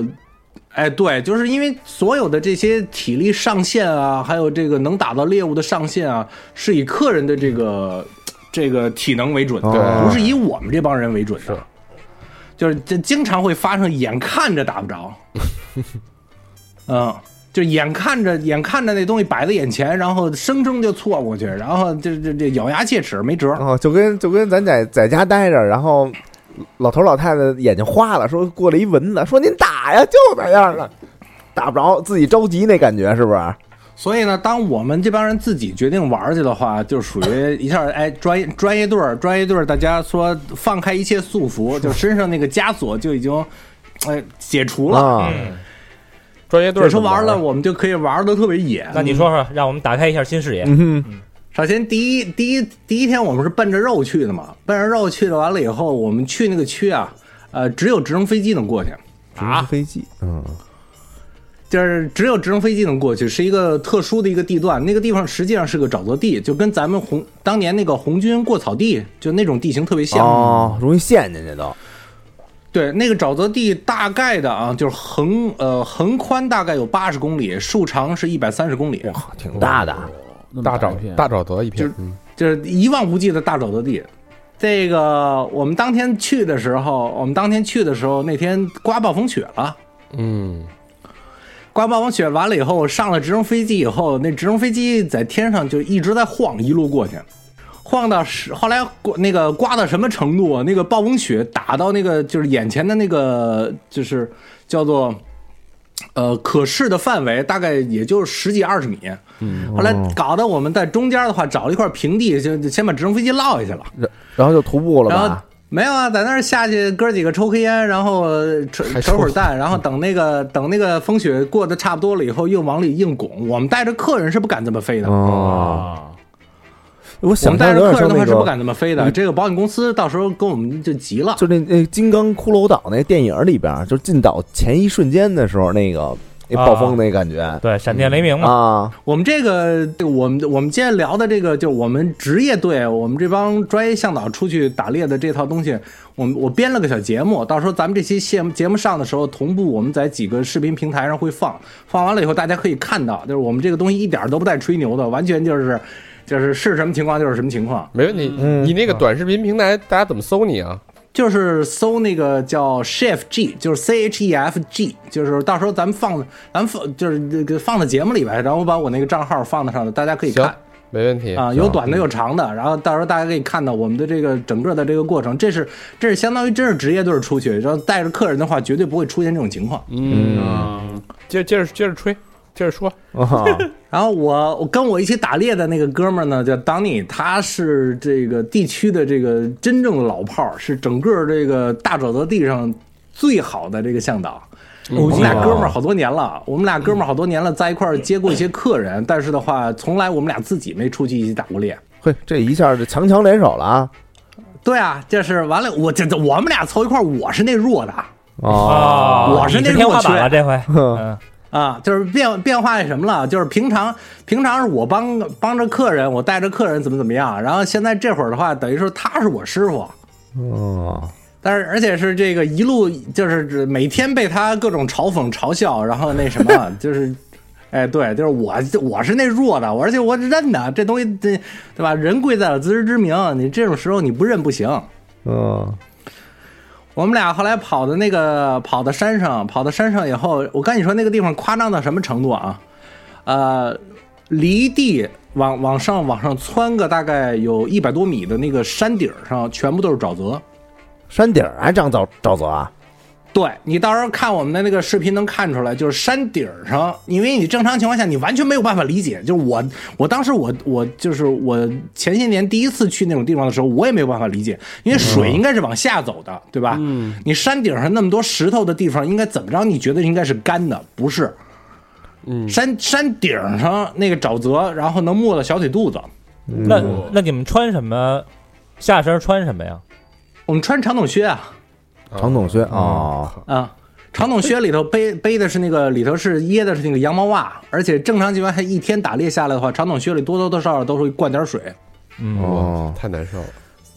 哎，对，就是因为所有的这些体力上限啊，还有这个能打到猎物的上限啊，是以客人的这个这个体能为准的，哦不是以我们这帮人为准的。就是这经常会发生眼看着打不着，嗯，就眼看着眼看着那东西摆在眼前，然后生生就错过去，然后这这这咬牙切齿没辙。啊，就跟就跟咱在在家待着，然后老头老太太眼睛花了，说过来一蚊子，说您打呀，就那样了，打不着，自己着急那感觉是不是？所以呢，当我们这帮人自己决定玩去的话，就属于一下哎，专业专业队儿，专业队儿，大家说放开一切束缚，就身上那个枷锁就已经哎解除了。嗯啊，专业队解儿除怎么玩完了，我们就可以玩的特别野。那你说说，让我们打开一下新视野。嗯哼，首先第一第一第一天我们是奔着肉去的嘛，奔着肉去的，完了以后我们去那个区啊，呃，只有直升飞机能过去。啊，飞机，嗯，就是只有直升飞机能过去，是一个特殊的一个地段。那个地方实际上是个沼泽地，就跟咱们红当年那个红军过草地，就那种地形特别像。哦，容易陷进去都，对，那个沼泽地大概的啊，就是横呃横宽大概有八十公里，竖长是一百三十公里，嗯挺大的，啊大照沼片，大沼泽一片，嗯就是一望无际的大沼泽地。这个我们当天去的时候，我们当天去的时候，那天刮暴风雪了。嗯，刮暴风雪完了以后，上了直升飞机以后，那直升飞机在天上就一直在晃，一路过去，晃到是后来过那个刮到什么程度啊？那个暴风雪打到那个就是眼前的那个就是叫做呃可视的范围，大概也就十几二十米。嗯后来哦搞得我们在中间的话找了一块平地，就就先把直升飞机落下去了。然后就徒步了然后吧？没有啊，在那儿下去哥几个抽根烟，然后扯还扯抽会儿蛋，然后等那个 等那个风雪过得差不多了以后，又往里硬拱。我们带着客人是不敢这么飞的，哦，啊，我我们想带象着有点客像人的话那是不个，敢这么飞的。这个保险公司到时候跟我们就急了。就那那《金刚骷髅岛》那电影里边，就进岛前一瞬间的时候，那个那啊暴风那感觉对，闪电雷鸣嘛，啊，我们这个，对我们我们今天聊的这个，就我们职业队，我们这帮专业向导出去打猎的这套东西，我们我编了个小节目，到时候咱们这期节目节目上的时候，同步我们在几个视频平台上会放，放完了以后大家可以看到，就是我们这个东西一点都不带吹牛的，完全就是就是是什么情况就是什么情况，没问题。嗯你那个短视频平台，大家怎么搜你啊？就是搜那个叫 Chef G，就是 C H E F G，就是到时候咱们放咱们放就是这个放到节目里边，然后我把我那个账号放到上头，大家可以行看。，没问题啊，有短的有长的，然后到时候大家可以看到我们的这个整个的这个过程，这是这是相当于真是职业队出去，然后带着客人的话，绝对不会出现这种情况。嗯，接着接着接着吹，接着说。 啊，然后我我跟我一起打猎的那个哥们儿呢，叫 Danny，他是这个地区的这个真正的老炮儿，是整个这个大沼泽地上最好的这个向导。嗯我们俩哦哥们儿好多年了，我们俩哥们儿好多年了，在一块儿接过一些客人，但是的话，从来我们俩自己没出去一起打过猎。嘿，这一下就强强联手了啊！对啊，就是完了，我这这我们俩凑一块儿，我是那弱的哦，啊我是那天花板弱区了 这回，嗯，啊，就是变变化那什么了，就是平常平常是我帮帮着客人，我带着客人怎么怎么样，然后现在这会儿的话，等于说他是我师傅，哦，但是而且是这个一路就是这每天被他各种嘲讽嘲笑，然后那什么就是。哎，对，就是我，我是那弱的，我而且我认的这东西，对对吧？人贵在有自知之明，你这种时候你不认不行。嗯，我们俩后来跑的那个跑到山上，跑到山上以后，我跟你说那个地方夸张到什么程度啊？呃，离地往往上往上窜个大概有一百多米的那个山顶上，全部都是沼泽。山顶儿还长沼沼泽啊？对你到时候看我们的那个视频能看出来，就是山顶上，因为你正常情况下你完全没有办法理解。就是我，我当时我我就是我前些年第一次去那种地方的时候，我也没有办法理解，因为水应该是往下走的，对吧？嗯，你山顶上那么多石头的地方，应该怎么着？你觉得应该是干的，不是？嗯，山山顶上那个沼泽，然后能没到小腿肚子。嗯那那你们穿什么？下身穿什么呀？我们穿长筒靴啊，长筒靴啊，啊，长筒靴里头背背的是那个里头是掖的是那个羊毛袜，而且正常情况下一天打猎下来的话，长筒靴里多多多少少都会灌点水。嗯哦，太难受了。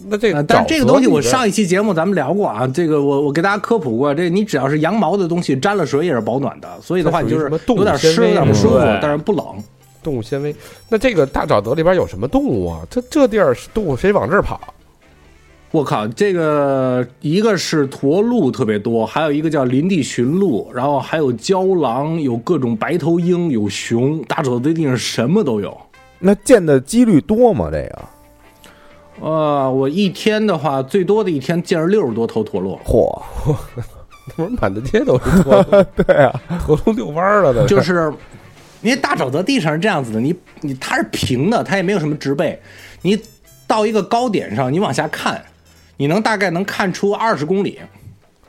那这个，呃但是这沼个泽东西里我边上一期节目咱们聊过啊，这个我我给大家科普过，这你只要是羊毛的东西沾了水也是保暖的，所以的话它你属于就是什么动物有点纤湿维啊有点不舒服对，但是不冷。动物纤维，那这个大沼泽里边有什么动物啊？这这地儿是动物谁往这儿跑？ 我靠，这个一个是驼鹿特别多，还有一个叫林地驯鹿，然后还有郊狼，有各种白头鹰，有熊，大肘子地上什么都有。那见的几率多吗？这个，呃，我一天的话，最多的一天见着六十多头陀螺，嚯，他妈满大街都是驼 鹿，对啊，驼鹿遛弯儿了的，就是因为大沼泽地上是这样子的，你你它是平的，它也没有什么植被，你到一个高点上，你往下看，你能大概能看出二十公里，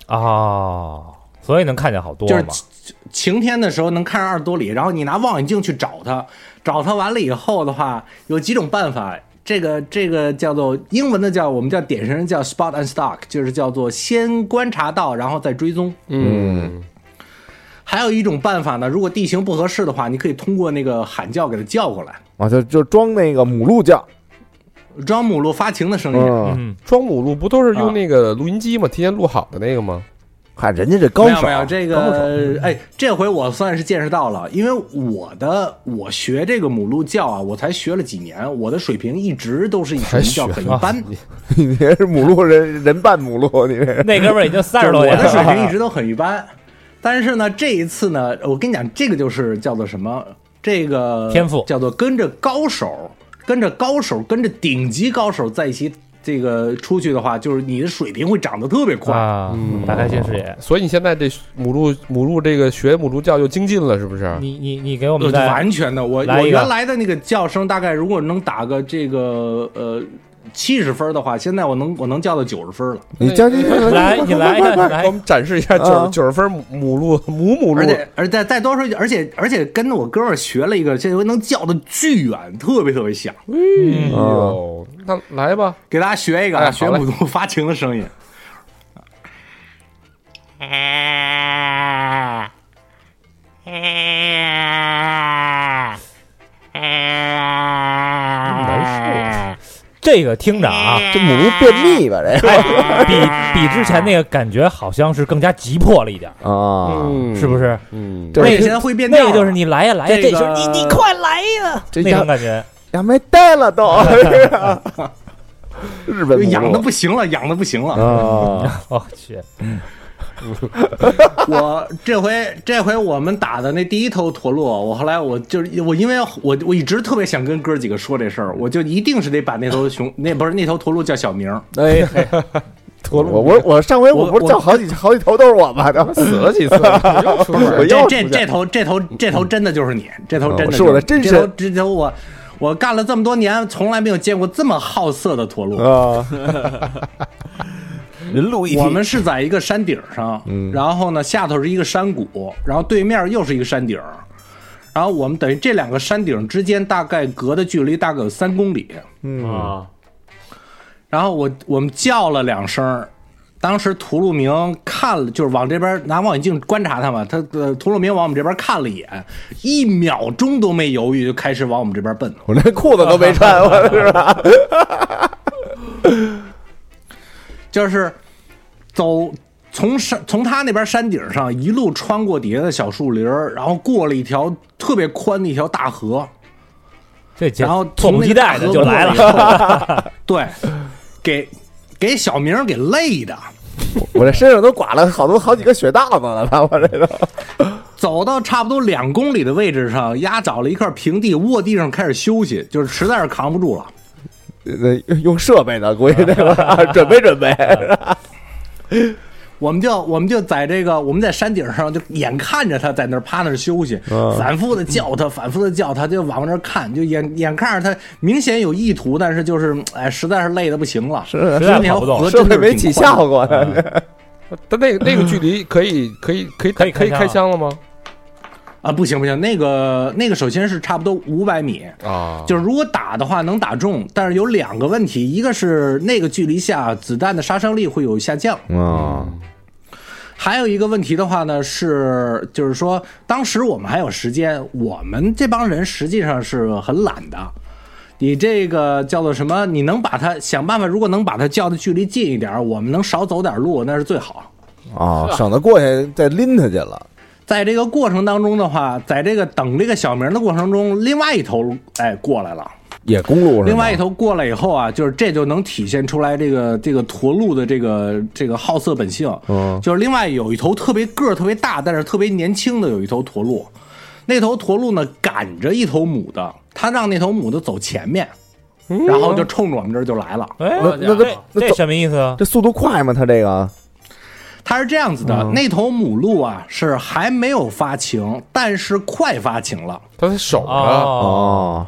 哦，所以能看见好多就是嘛。晴晴天的时候能看上二十多里，然后你拿望远镜去找它，找它完了以后的话，有几种办法。这个这个叫做英文的叫我们叫典型人叫 spot and stock，就是叫做先观察到，然后再追踪。嗯，还有一种办法呢，如果地形不合适的话，你可以通过那个喊叫给它叫过来，啊，就就装那个母鹿叫，装母鹿发情的声音。嗯，嗯，装母鹿不都是用啊那个录音机吗？提前录好的那个吗？嗨，人家这高没有手没，有这高个，哎，这回我算是见识到了，因为我的我学这个母鹿叫啊，我才学了几年，我的水平一直都是母还鹿学叫很一般， 啊你这是母鹿人人扮母 鹿，你这是那哥们儿已经三十多我年的水了，平一直都很一般。但是呢，这一次呢，我跟你讲，这个就是叫做什么？这个天赋叫做跟着高手，跟着高手，跟着顶级高手在一起，这个出去的话，就是你的水平会涨得特别快。啊，嗯打开新视野。所以你现在这母鹿母鹿这个学母鹿叫又精进了，是不是？你你你给我呃们再完全的，我来我一个原来的那个叫声大概如果能打个这个呃七十分的话，现在我能我能叫到九十分了，你将近来你来一下，来给我们展示一下九啊十九十分母母鹿母母鹿而，且而再再多说一句，而且而且跟我哥们儿学了一个，这回能叫的巨远，特别特别响。哎呦，那来吧，给大家学一个，哎好啊，学嘞母鹿发情的声音。难 这个听着啊，这母鹿便秘吧？这哎，比比之前那个感觉好像是更加急迫了一点儿，受，啊，嗯是不？是？嗯，这而且现在会变调那了，个就是你来呀来呀，这就个是你你快来呀，这那家种感觉。呀没带了都， 是啊日本就痒的的不行了，痒的不行了。 啊，我去，我这回这回我们打的那第一头陀螺，我后来我就是我因为我我一直特别想跟哥几个说这事儿，我就一定是得把那头熊那不是那头陀螺叫小名儿，哎，驼我鹿我我上回我我不是我叫好几好几头都是我吗？都死了几次，啊又出门我儿又这出这现这头这头这头真的就是你，这头真的是我的就你真这头身这头我我干了这么多年，从来没有见过这么好色的陀螺。啊，人路一体我们是在一个山顶上，嗯然后呢，下头是一个山谷，然后对面又是一个山顶，然后我们等于这两个山顶之间大概隔的距离大概有三公里，嗯啊，然后我我们叫了两声儿，当时屠路明看了，就是往这边拿望远镜观察他嘛，他呃屠路明往我们这边看了一眼，一秒钟都没犹豫就开始往我们这边奔了。我连裤子都没穿，我是吧？就是走从山从他那边山顶上一路穿过底下的小树林儿，然后过了一条特别宽的一条大河，这节然后迫不及待的就来了。了。对，给给小明儿给累的，我这身上都刮了好多好几个血道子了，把我这都走到差不多两公里的位置上，丫找了一块平地，卧地上开始休息，就是实在是扛不住了。呃用设备呢，估计这个啊准备准备，我们就我们就在这个我们在山顶上就眼看着他在那儿趴那儿休息，反复的叫他，反复的叫他，就往那儿看，就眼眼看着他明显有意图，但是就是哎，实在是累的不行了，是实在跑不动啊设备没起效果呢。但那个那个距离可以可以可以可以可以开开枪枪了吗？啊，不行不行，那个那个首先是差不多五百米，啊，就是如果打的话能打中，但是有两个问题，一个是那个距离下子弹的杀伤力会有下降，啊，还有一个问题的话呢，是就是说，当时我们还有时间，我们这帮人实际上是很懒的。你这个叫做什么？你能把他想办法，如果能把他叫的距离近一点儿，我们能少走点路，那是最好。啊，省得过去再拎他去了。在这个过程当中的话，在这个等这个小明的过程中，另外一头哎过来了。也公路上，另外一头过来以后啊，就是这就能体现出来这个这个驼鹿的这个这个好色本性。嗯就是另外有一头特别个儿特别大，但是特别年轻的有一头驼鹿，那头驼鹿呢赶着一头母的，它让那头母的走前面，然后就冲着我们这儿就来了。哎，那那这那那这走什么意思啊？这速度快吗？他这个它是这样子的，那头母鹿啊是还没有发情，但是快发情了。他在守着，哦，哦，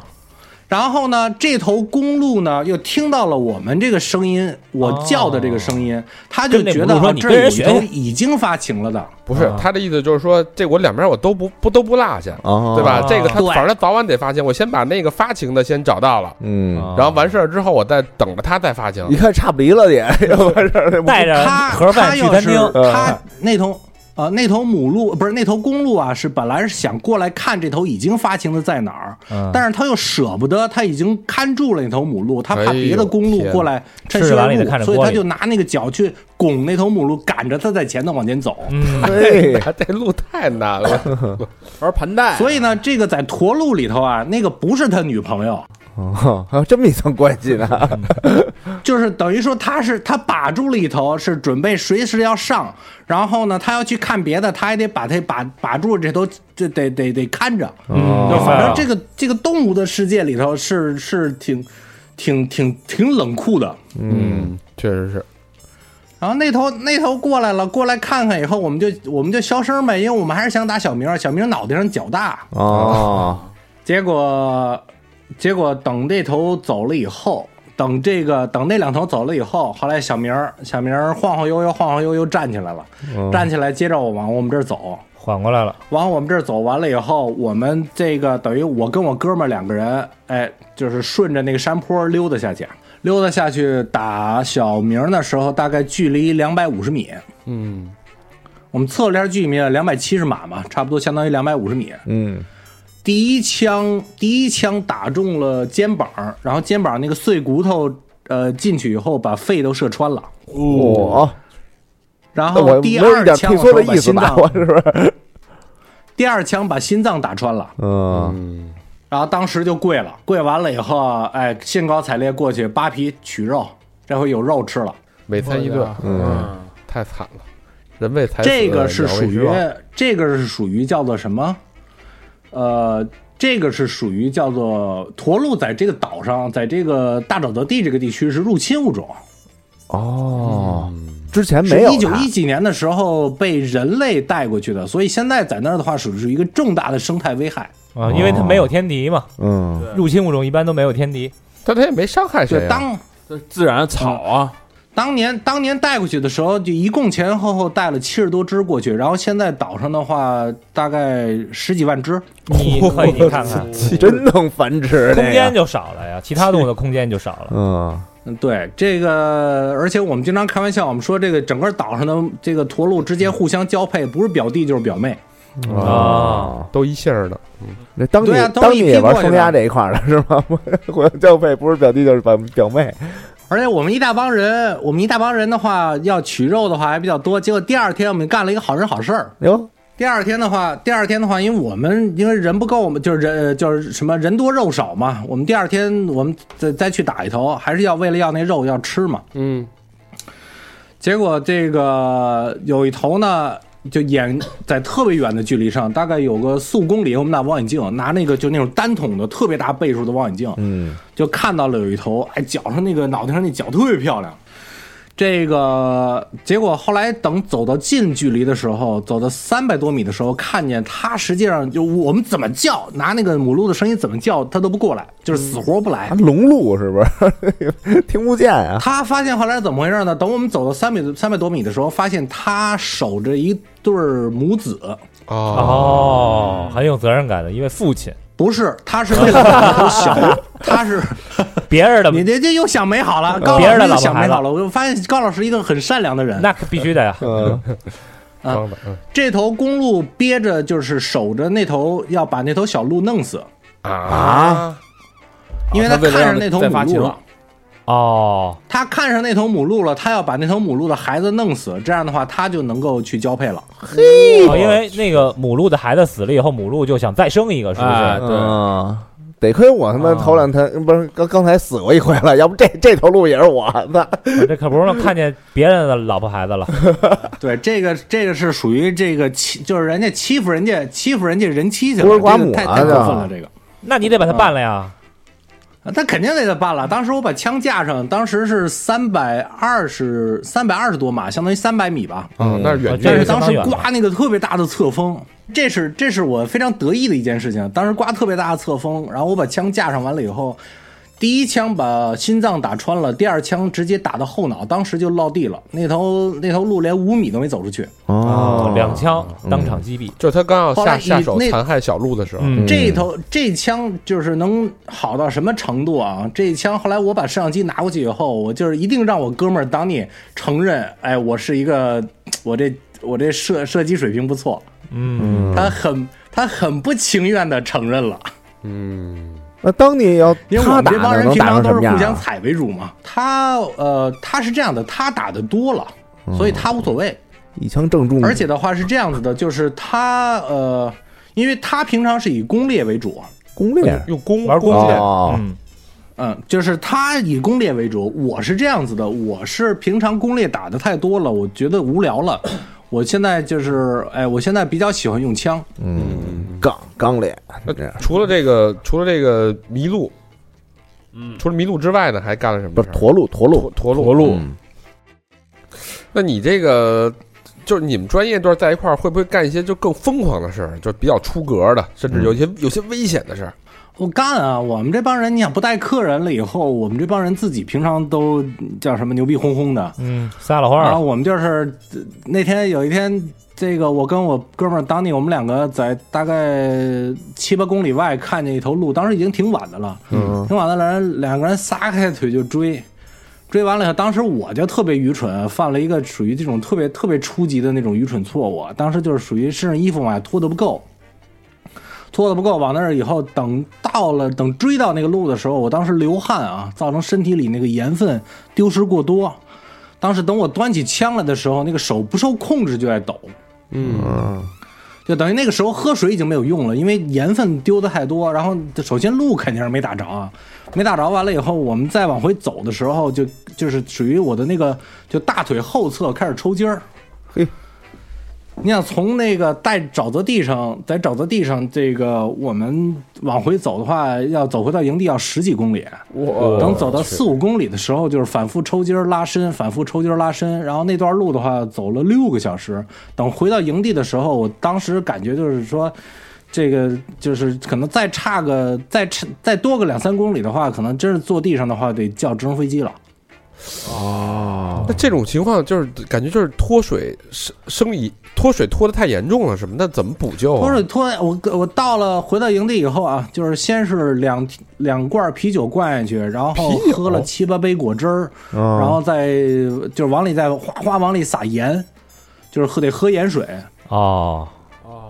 然后呢，这头公鹿呢又听到了我们这个声音，我叫的这个声音，它就哦跟那觉母得鹿说啊你这跟儿有人一学头学已经发情了的。不是啊他的意思就是说，这我两边我都不不都不落下，哦对吧？哦这个他对反正他早晚得发情，我先把那个发情的先找到了，嗯，哦哦然后完事儿之后，我再等着他再发 情一。看差不离了也， 要完事儿带着他啊盒饭他去要餐是厅，他那头呃那头母鹿不是那头公鹿啊，是本来是想过来看这头已经发情的在哪儿，嗯但是他又舍不得，他已经看住了那头母鹿，他哎怕呦别的公鹿过来趁哎吃虚着碗而里的入看着所以锅他里就拿那个脚去拱那头母鹿，赶着它在前头往前走。嗯，对，哎这路太难了，玩盘带，所以呢，这个在驼鹿里头啊，那个不是他女朋友，哦，还有这么一层关系呢，就是等于说他是他把住了一头，是准备随时要上，然后呢，他要去看别的，他还得把他把把住这头，这得得得看着。嗯就反正哦这个这个动物的世界里头是是挺挺挺挺冷酷的。嗯，确实是。然后那头那头过来了，过来看看以后，我们就我们就消声呗，因为我们还是想打小明儿，小明儿脑袋上较大，哦，结果，结果等这头走了以后，等这个等那两头走了以后，后来小明儿小明儿晃晃悠悠晃晃悠悠站起来了，站起来接着我往我们这儿走，缓过来了，往我们这儿走完了以后，我们这个等于我跟我哥们儿两个人，哎，就是顺着那个山坡溜达下去，溜达下去打小明儿的时候，大概距离两百五十米，嗯，我们测了一下距离，两百七十码嘛，差不多相当于两百五十米，嗯，第一枪第一枪打中了肩膀，然后肩膀那个碎骨头呃进去以后把肺都射穿了，我然那我后没哦第有一二点枪退缩的时候的把意思心吧？脏我是不是？第二枪把心脏打穿了，嗯，然后当时就跪了，跪完了以后，哎，兴高采烈过去扒皮取肉，这回有肉吃了。每餐一顿，嗯，太惨了，人为财死，这个是鸟属为食于亡这个是属于叫做什么？呃，这个是属于叫做驼鹿在这个岛上，在这个大沼泽地这个地区是入侵物种。哦，之前没有一九它一几年的时候被人类带过去的，所以现在在那儿的话，属于是一个重大的生态危害。啊，因为它没有天敌嘛，嗯，入侵物种一般都没有天敌，但他也没伤害就谁啊。当这 自然草啊，嗯当年当年带过去的时候，就一共前前后后带了七十多只过去，然后现在岛上的话大概十几万只。你可以看看， 真能繁殖空这间个，就少了呀，其他动物的空间就少了。嗯，嗯，对这个，而且我们经常开玩笑，我们说这个整个岛上的这个驼鹿之间互相交配，不是表弟就是表妹。哦，都一姓儿的，那当嗯啊对啊你都是当一你批也玩过去双的鸭这一块儿了是吗？我交配不是表弟就是表表妹，而且我们一大帮人，我们一大帮人的话，要取肉的话还比较多。结果第二天我们干了一个好人好事儿，哟，第二天的话，第二天的话，因为我们因为人不够，我们就是人就是什么人多肉少嘛。我们第二天我们再再去打一头，还是要为了要那肉要吃嘛。嗯，结果这个有一头呢，就眼在特别远的距离上，大概有个四五公里，我们拿望远镜，拿那个就那种单筒的特别大倍数的望远镜，嗯，就看到了有一头，哎，脚上那个脑袋上那脚特别漂亮。这个结果后来等走到近距离的时候，走到三百多米的时候，看见它实际上就我们怎么叫，拿那个母鹿的声音怎么叫，它都不过来，就是死活不来啊。龙鹿是不是 听不见啊？他发现后来是怎么回事呢？等我们走到三百三百多米的时候，发现他守着一对儿母子，哦，啊哦，很有责任感的一位父亲，不是，他是为了养一头小，他是别人的你这这又想美好了，高别老人的老师又婆想孩美子好了。我就发现高老师一个很善良的人，那可必须的呀，嗯，啊装的，嗯这头公路憋着就是守着那头，要把那头小鹿弄死，啊，因为他为了看上让那头再母发鹿情了。哦，他看上那头母鹿了，他要把那头母鹿的孩子弄死，这样的话他就能够去交配了。哦因为那个母鹿的孩子死了以后，母鹿就想再生一个，是不哎是？对嗯，得亏我他妈啊头两天不是刚刚才死过一回了，要不这这头鹿也是我的。我这可不容易看见别人的老婆孩 子了，对，这个这个是属于这个欺，就是人家欺负人家欺负人家人妻去了，孤儿寡母这个太啊太过分了这这个。那你得把他办了呀。啊他肯定得得办了。当时我把枪架上，当时是三百二十三百二十多码，相当于三百米吧。啊，那是远这但个是距相当当时远了刮那个特别大的侧风，这是这是我非常得意的一件事情。当时刮特别大的侧风，然后我把枪架上完了以后，第一枪把心脏打穿了，第二枪直接打到后脑，当时就落地了。那头那头鹿连五米都没走出去。哦，两枪当场击嗯毙。就他刚要后来下下以手那残害小鹿的时候，嗯这头这枪就是能好到什么程度啊？这一枪后来我把摄像机拿过去以后，我就是一定让我哥们儿当你承认，哎，我是一个，我这我这射射击水平不错。嗯，他很他很不情愿的承认了，嗯，那当你要因为我他们打这帮的人能平打常成都什么是样互相啊？踩为主嘛。嗯他呃他是这样的，他打的多了，所以他无所谓。一枪正中，而且的话是这样子的，就是他呃，因为他平常是以攻猎为主，啊攻略用弓玩弓箭哦嗯嗯，就是他以攻略为主，我是这样子的，我是平常攻略打的太多了，我觉得无聊了，我现在就是，哎，我现在比较喜欢用枪，嗯，杠刚烈，那这样除了这个，除了这个麋鹿，嗯，除了麿鹿之外呢，还干了什么？不是驼鹿，驼鹿，驼驼鹿。鹿嗯那你这个就是你们专业队在一块儿，会不会干一些就更疯狂的事儿，就比较出格的，甚至有些有些危险的事儿？我干啊！我们这帮人，你想不带客人了以后，我们这帮人自己平常都叫什么牛逼哄哄的，嗯，撒了然花哦后了。我们就是呃那天有一天，这个我跟我哥们儿当地，我们两个在大概七八公里外看见一头鹿，当时已经挺晚的了，嗯挺晚的了，人两个人撒开腿就追，追完了以后，当时我就特别愚蠢，犯了一个属于这种特别特别初级的那种愚蠢错误，当时就是属于身上衣服嘛脱的不够。脱的不够，往那儿以后，等到了，等追到那个鹿的时候，我当时流汗啊，造成身体里那个盐分丢失过多，当时等我端起枪来的时候，那个手不受控制就在抖，嗯，就等于那个时候喝水已经没有用了，因为盐分丢的太多。然后首先路肯定是没打着啊，没打着完了以后，我们再往回走的时候就，就是属于我的那个就大腿后侧开始抽筋儿。嘿，你想从那个带沼泽地上，在沼泽地上这个我们往回走的话，要走回到营地要十几公里。我等走到四五公里的时候，就是反复抽筋儿拉伸，反复抽筋儿拉伸。然后那段路的话，走了六个小时。等回到营地的时候，我当时感觉就是说，这个就是可能再差个 再差再多个两三公里的话，可能真是坐地上的话得叫直升飞机了。那这种情况就是感觉就是脱水生生理脱水脱的太严重了，什么？那怎么补救、啊？拖着拖，我我到了回到营地以后啊，就是先是两两罐啤酒灌下去，然后啤酒喝了七八杯果汁儿，嗯然后再就是往里再哗哗往里撒盐，就是喝得喝盐水。哦，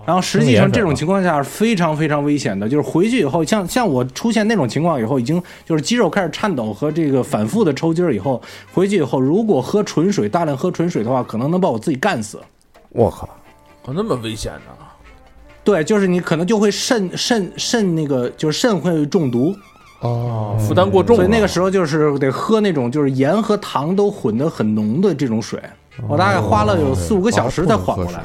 然后实际上这种情况下是非常非常危险的，就是回去以后，像像我出现那种情况以后，已经就是肌肉开始颤抖和这个反复的抽筋儿以后，回去以后如果喝纯水，大量喝纯水的话，可能能把我自己干死。我靠，哦，那么危险呢？对，就是你可能就会肾肾肾那个就是肾会中毒，啊哦，负担过重啊所了，以那个时候就是得喝那种就是盐和糖都混得很浓的这种水。我大概花了有四五个小时才缓过来。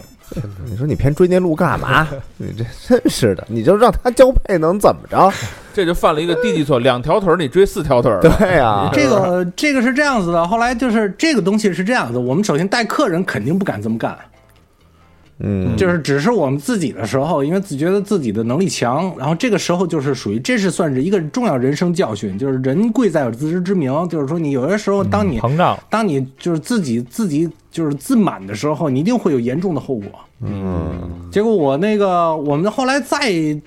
你说你偏追那鹿干嘛？你这真是的，你就让他交配能怎么着？这就犯了一个弟弟错，两条腿儿你追四条腿儿了，对呀，这个这个是这样子的，后来就是这个东西是这样子，我们首先带客人肯定不敢这么干，嗯，就是只是我们自己的时候，因为自觉得自己的能力强，然后这个时候就是属于这是算是一个重要人生教训，就是人贵在有自知之明，就是说你有些时候当你、膨胀当你就是自己自己就是自满的时候，你一定会有严重的后果。嗯，结果我那个我们后来再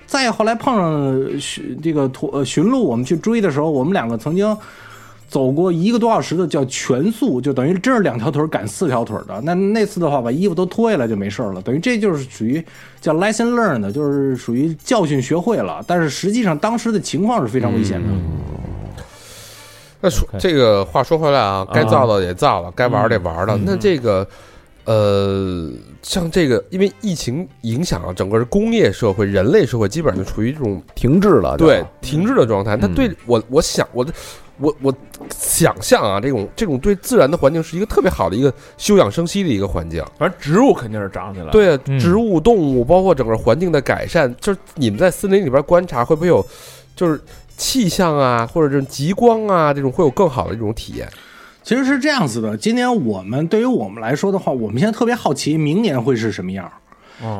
再后来碰上巡这个驼呃驯鹿，我们去追的时候，我们两个曾经走过一个多小时的叫全速，就等于真是两条腿儿赶四条腿儿的。那那次的话，把衣服都脱下来就没事儿了，等于这就是属于叫 lesson learned，就是属于教训学会了。但是实际上当时的情况是非常危险的。那说 OK 这个话说回来啊，该造的也造了，该玩的也玩了。嗯那这个，呃，像这个，因为疫情影响啊，整个工业社会、人类社会基本上就处于这种停滞了，就对停滞的状态。它嗯对我，我想我的，我我想象啊，这种这种对自然的环境是一个特别好的一个休养生息的一个环境。反正植物肯定是长起来了。对啊嗯，植物、动物，包括整个环境的改善，就是你们在森林里边观察，会不会有就是气象啊，或者这种极光啊，这种会有更好的这种体验？其实是这样子的，今年我们对于我们来说的话，我们现在特别好奇明年会是什么样儿。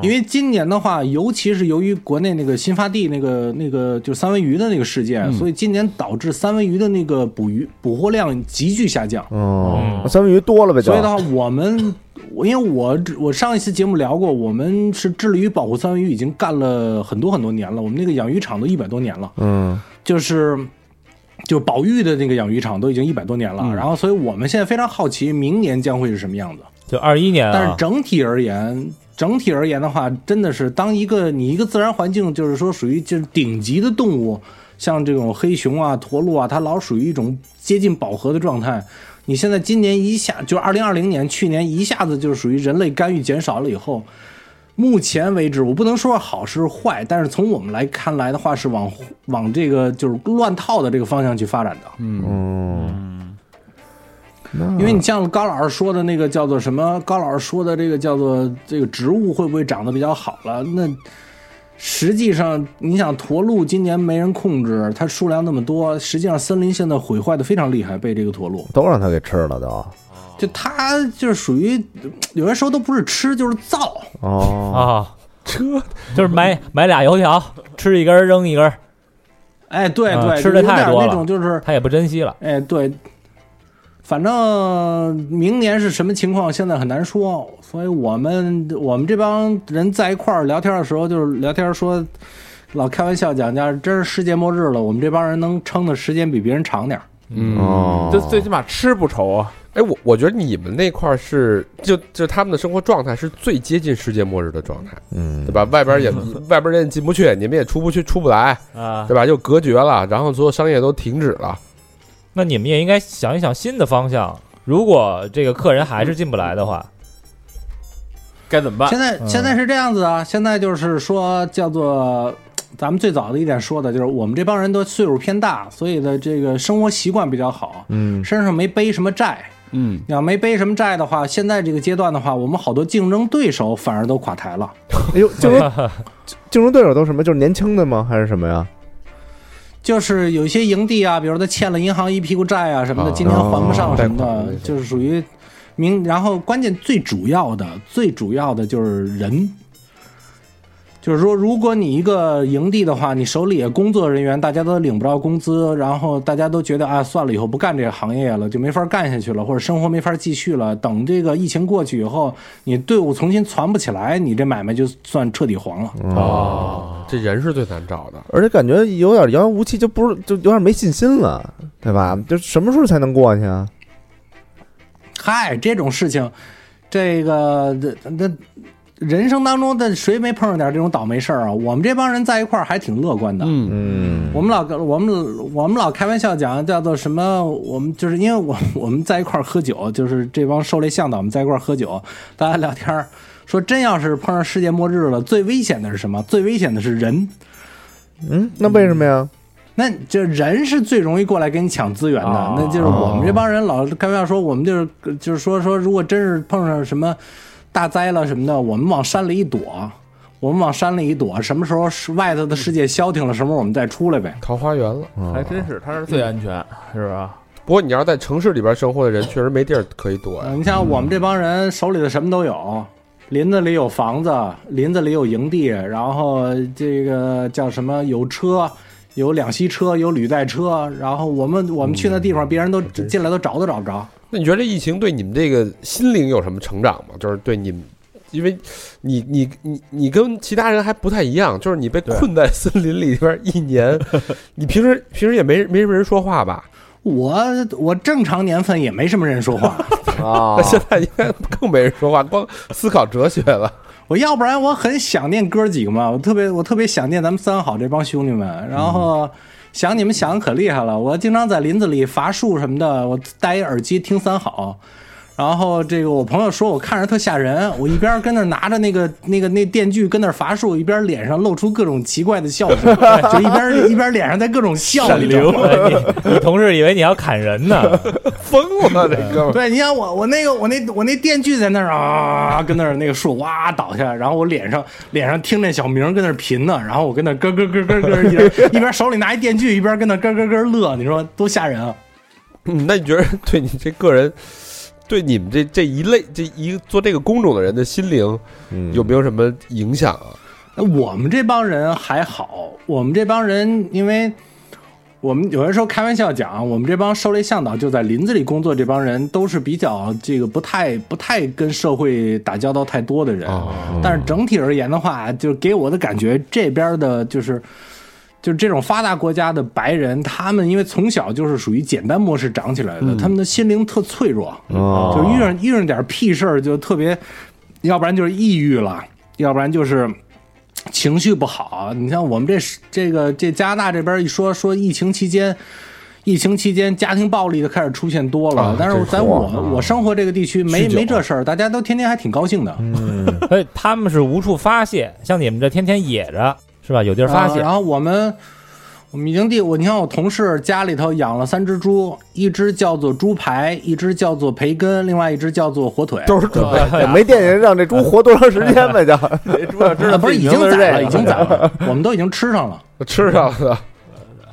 因为今年的话，尤其是由于国内那个新发地那个那个就是三文鱼的那个事件，所以今年导致三文鱼的那个捕鱼捕获量急剧下降。哦嗯，三文鱼多了呗，就所以的话，我们我因为我我上一期节目聊过，我们是致力于保护三文鱼，已经干了很多很多年了。我们那个养鱼场都一百多年了，嗯，就是就保育的那个养鱼场都已经一百多年了。嗯然后，所以我们现在非常好奇明年将会是什么样子。就二一年但是啊，整体而言，整体而言的话，真的是当一个你一个自然环境，就是说属于就是顶级的动物，像这种黑熊啊、驼鹿啊，它老属于一种接近饱和的状态。你现在今年一下就二零二零年，去年一下子就是属于人类干预减少了以后，目前为止，我不能说好是坏，但是从我们来看来的话，是往往这个就是乱套的这个方向去发展的。因为你像高老师说的那个叫做什么？高老师说的这个叫做这个植物会不会长得比较好了？那实际上，你想驼鹿今年没人控制，它数量那么多，实际上森林现在毁坏的非常厉害，被这个驼鹿，都让他给吃了都，就它就是属于呃有些时候都不是吃就是造，哦，啊，车就是买买俩油条，吃一根儿扔一根儿，哎，对啊对，吃得有点太多了那种就是他也不珍惜了。哎，对，反正明年是什么情况，现在很难说。所以我们我们这帮人在一块儿聊天的时候，就是聊天说，老开玩笑讲，要是真是世界末日了，我们这帮人能撑的时间比别人长点儿。嗯哦就最起码吃不愁啊。哎，我我觉得你们那块儿是就就他们的生活状态是最接近世界末日的状态，嗯对，吧？外边也嗯外边人也进不去，你们也出不去，出不来，啊对，吧？又隔绝了，然后所有商业都停止了。啊那你们也应该想一想新的方向。如果这个客人还是进不来的话，该怎么办？现在嗯现在是这样子啊，现在就是说叫做。咱们最早的一点说的就是，我们这帮人都岁数偏大，所以呢，这个生活习惯比较好， 嗯身上没背什么债，嗯，你要没背什么债的话，现在这个阶段的话，我们好多竞争对手反而都垮台了。哎呦，竞争竞争对手都什么？就是年轻的吗？还是什么呀？就是有一些营地啊，比如他欠了银行一屁股债啊什么的，啊哦今天还不上什么贷款的的，就是属于明。然后关键最主要的、最主要的就是人，就是说，如果你一个营地的话，你手里也工作人员大家都领不着工资，然后大家都觉得啊，算了，以后不干这个行业了，就没法干下去了，或者生活没法继续了。等这个疫情过去以后，你队伍重新攒不起来，你这买卖就算彻底黄了。哦，这人是最难找的。而且感觉有点遥遥无期，就不是就有点没信心了，对吧？就什么时候才能过去啊？嗨，这种事情，这个那那人生当中的谁没碰上点这种倒霉事儿啊？我们这帮人在一块儿还挺乐观的。嗯，嗯我们老我们我们老开玩笑讲叫做什么？我们就是因为我 我们在一块儿喝酒，就是这帮狩猎向导，我们在一块儿喝酒，大家聊天儿说，真要是碰上世界末日了，最危险的是什么？最危险的是人。嗯，那为什么呀？那这人是最容易过来跟你抢资源的，哦那就是我们这帮人老开玩笑说，我们就是就是说说，如果真是碰上什么大灾了什么的，我们往山里一躲，我们往山里一躲，什么时候是外头的世界消停了，什么时候我们再出来呗。桃花源了。还真是，它是最安全，是吧？不过你要在城市里边生活的人，确实没地儿可以嗯躲呃呀。你像我们这帮人手里的什么都有，林子里有房子，林子里有营地，然后这个叫什么有车。有两栖车，有履带车，然后我们我们去那地方，别人都进来都找都找不着。那你觉得这疫情对你们这个心灵有什么成长吗？就是对你们。因为你，你你你跟其他人还不太一样，就是你被困在森林里边一年，你平时平时也没没什么人说话吧？我我正常年份也没什么人说话，啊那现在应该更没人说话，光思考哲学了。 我要不然我很想念哥几个嘛，我特别我特别想念咱们三好这帮兄弟们，然后想你们想的可厉害了，我经常在林子里伐树什么的，我戴一耳机听三好。然后这个我朋友说我看着特吓人，我一边跟那儿拿着那个那个那电锯跟那儿伐树，一边脸上露出各种奇怪的笑容，就一边一边脸上在各种笑，你 知道吗？哎你你同事以为你要砍人呢，疯了，这哥们儿对，你看我我那个我那我那电锯在那儿啊，跟那儿那个树哇倒下，然后我脸上脸上听那小明跟那儿贫呢，然后我跟那儿咯咯咯咯咯，一边 一边手里拿一电锯，一边跟那儿咯咯咯乐，你说多吓人啊！嗯那你觉得对你这个人，对你们这这一类这一做这个工种的人的心灵嗯有没有什么影响啊？那我们这帮人还好，我们这帮人因为。我们有的时候开玩笑讲，我们这帮狩猎向导就在林子里工作，这帮人都是比较这个不太不太跟社会打交道太多的人。但是整体而言的话，就给我的感觉，这边的就是就是这种发达国家的白人，他们因为从小就是属于简单模式长起来的，他们的心灵特脆弱，哦就遇上遇上点屁事儿就特别，要不然就是抑郁了，要不然就是。情绪不好，你像我们这这个这加拿大这边一说说疫情期间，疫情期间家庭暴力就开始出现多了，但是在我我生活这个地区没没这事儿，大家都天天还挺高兴的。所以他们是无处发泄，像你们这天天野着是吧？有地儿发啊，泄然，后我们我们营地，我你看我同事家里头养了三只猪，一只叫做猪排，一只叫做培根，另外一只叫做火腿。都是准备，没电也让这猪活多长时间呗，就知啊道不是已经这宰了，个已经宰了， 我们都已经吃上了吃上了，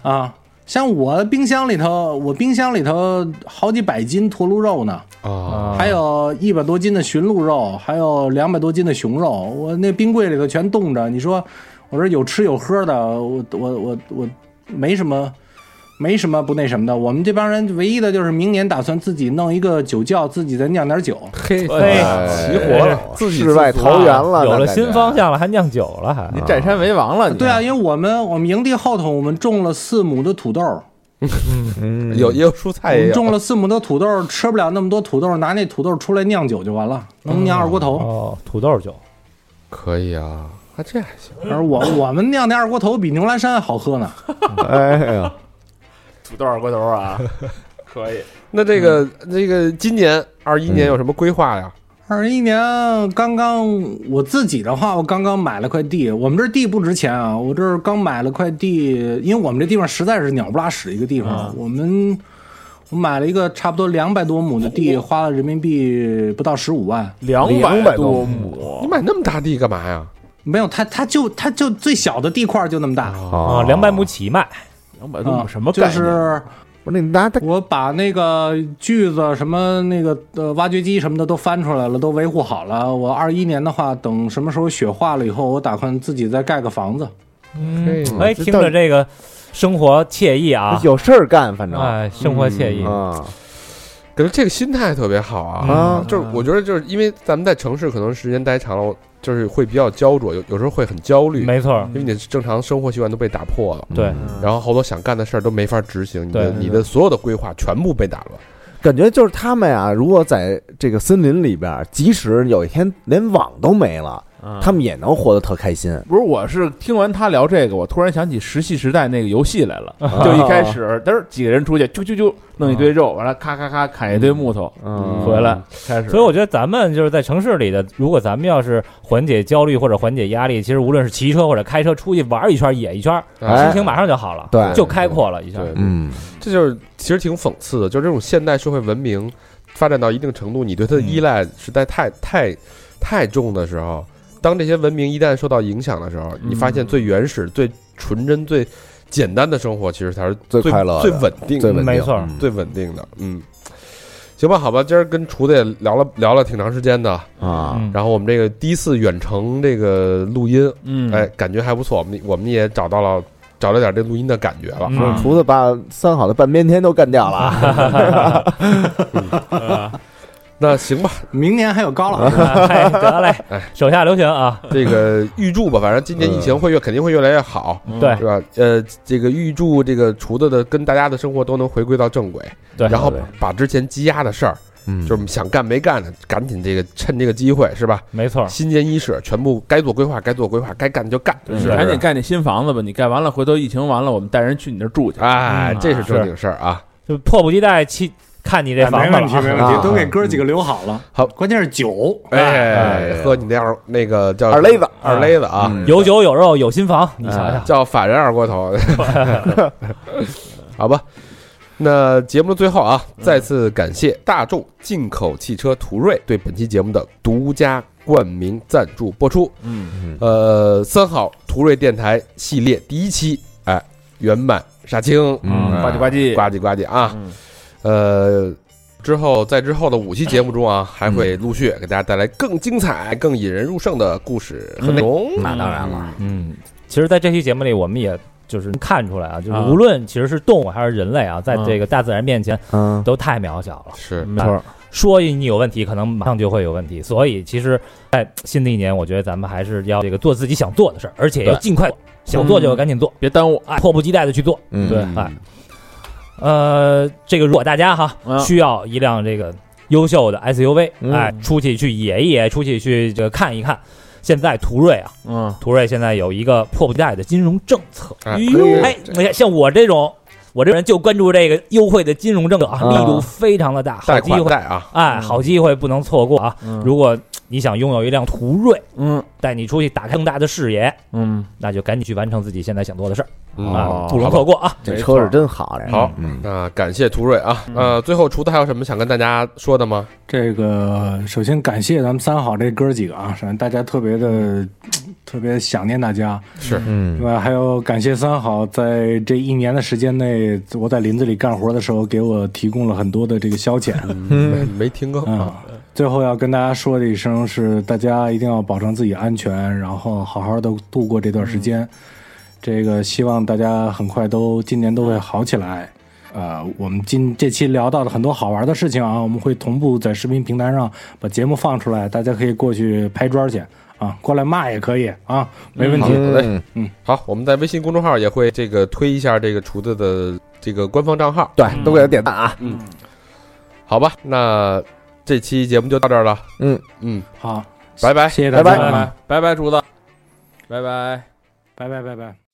啊。像我冰箱里头，我冰箱里头好几百斤驼鹿肉呢，啊，哎还有一百多斤的驯鹿肉，还有两百多斤的熊肉，我那冰柜里头全冻着。你说，我这有吃有喝的，我我我我没什么，没什么不那什么的。我们这帮人唯一的就是明年打算自己弄一个酒窖，自己再酿点 酒。嘿，哎齐活了，自己世外自足桃源了，有那了感新觉方向了，还酿酒了，还你占山为王了，你对啊，因为我们我们营地后头我们种了四亩的土豆，有也有蔬我菜也们有，种了四亩的土豆，吃不了那么多土豆，拿那土豆出来酿酒就完了，能酿二锅头。哦，土豆酒，可以啊，啊这还行，而我我们酿那二锅头比牛栏山好喝呢。哎 呀，土豆二锅头 啊，可以。那这个这个今年二一年有什么规划呀？二一年刚刚我自己的话，我刚刚买了块地，我们这地不值钱啊，我这儿刚买了块地，因为我们这地方实在是鸟不拉屎一个地方，我们我买了一个差不多两百多亩的地，花了人民币不到十五万，两200多多你亩，买那么大地干嘛呀？没有，它它就它就最小的地块就那么大，啊，两百亩起卖，两呃百多啊亩什么就概念？是不是你拿它我把那个锯子、什么那个呃挖掘机什么的都翻出来了，都维护好了。我二一年的话，等什么时候雪化了以后，我打算自己再盖个房子。嗯这，哎，听着这个生活惬意啊，有事儿干，反正哎，生活惬意，嗯啊感觉这个心态特别好啊！啊，就是我觉得就是因为咱们在城市可能时间待长了，我就是会比较焦灼，有有时候会很焦虑，没错儿，因为你的正常生活习惯都被打破了，嗯对，然后好多想干的事儿都没法执行，你的对你的所有的规划全部被打乱。感觉就是他们呀，如果在这个森林里边儿，即使有一天连网都没了，嗯他们也能活得特开心。不是，我是听完他聊这个，我突然想起《石器时代》那个游戏来了。啊就一开始，嘚儿几个人出去，啾啾啾，弄一堆肉，完了咔咔咔砍一堆木头，嗯回来开始。所以我觉得咱们就是在城市里的，如果咱们要是缓解焦虑或者缓解压力，其实无论是骑车或者开车出去玩一圈、野一圈，哎啊心情马上就好了，对就开阔了一下对。，嗯，这就是其实挺讽刺的，就是这种现代社会文明发展到一定程度，你对它的依赖实在嗯太、太太重的时候，当这些文明一旦受到影响的时候，嗯你发现最原始、最纯真、最简单的生活，其实才是最最快乐的最稳定、最稳定，没错嗯最稳定的。嗯，行吧，好吧，今儿跟厨子也聊了聊了挺长时间的，啊，嗯，然后我们这个第一次远程这个录音，嗯，哎，，感觉还不错，我们我们也找到了找了点这录音的感觉了。嗯厨嗯子把三好的半边天都干掉了啊，那行吧，明年还有高老师，啊嗨得嘞，哎手下留情啊！ 这个预祝吧，反正今年疫情会越肯定会越来越好，对是吧？呃，这个预祝这个厨子的跟大家的生活都能回归到正轨，对然后把之前积压的事儿，嗯就是想干没干的，赶紧这个趁这个机会是吧？没错，新年伊始，全部该做规划，该做规划，该干就干，你赶紧盖那新房子吧，你盖完了，回头疫情完了，我们带人去你那儿住去。哎，这是正是经事儿啊。就迫不及待去看你这哎房 子了没问题，啊。没问啊题，都给哥几个留好了。好关键是酒，哎，喝你那二那个叫二勒子，二勒子啊，有酒有肉有新房，你想想，哎叫法人二锅头， 好吧。那节目的最后啊，再次感谢大众进口汽车途锐对本期节目的独家冠名赞助播出。嗯，呃，三好途锐电台系列第一期，哎，圆满杀青，嗯哎呱唧呱唧呱唧呱唧啊，嗯呃。之后，在之后的五期节目中啊，还会陆续给大家带来更精彩、更引人入胜的故事 嗯和内容。那当然了，嗯，其实，在这期节目里，我们也就是看出来啊，就是啊无论其实是动物还是人类啊，在嗯这个大自然面前嗯，都太渺小了。是，没错，说你有问题，可能马上就会有问题。所以，其实，在新的一年，我觉得咱们还是要这个做自己想做的事儿，而且要对尽快做，想做就赶紧做，别耽误。啊哎，迫不及待的去做。嗯对哎，呃，这个如果大家哈、嗯需要一辆这个优秀的 SUV，、嗯哎，出去去野一野，出去去这个看一看。现在途锐啊，嗯，途锐现在有一个迫不及待的金融政策。哎哎，你看像我这种，我这人就关注这个优惠的金融政策啊，嗯啊力度非常的大，好贷机款会，贷啊，哎，好机会不能错过啊！嗯如果你想拥有一辆途锐，嗯带你出去打开更大的视野，嗯，那就赶紧去完成自己现在想做的事儿嗯啊，不好容吧错过啊！这车是真好，这好嗯，那感谢途锐啊。呃，最后厨子还有什么想跟大家说的吗？这个首先感谢咱们三好这哥几个啊，首先大家特别的特别想念大家，是，另外还有感谢三好在这一年的时间内，我在林子里干活的时候给我提供了很多的这个消遣。没没听够嗯啊。，最后要跟大家说的一声是，大家一定要保证自己安全，然后好好的度过这段时间。这个希望大家很快都今年都会好起来。呃，我们今这期聊到了很多好玩的事情啊，我们会同步在视频平台上把节目放出来，大家可以过去拍砖去啊，过来骂也可以啊，没问题。好嘞，嗯，好，我们在微信公众号也会这个推一下这个厨子的这个官方账号，对，都给他点赞啊，好吧？那这期节目就到这儿了，嗯嗯，好，拜拜。谢谢大家，拜拜拜拜，竹子，拜拜。拜拜拜拜。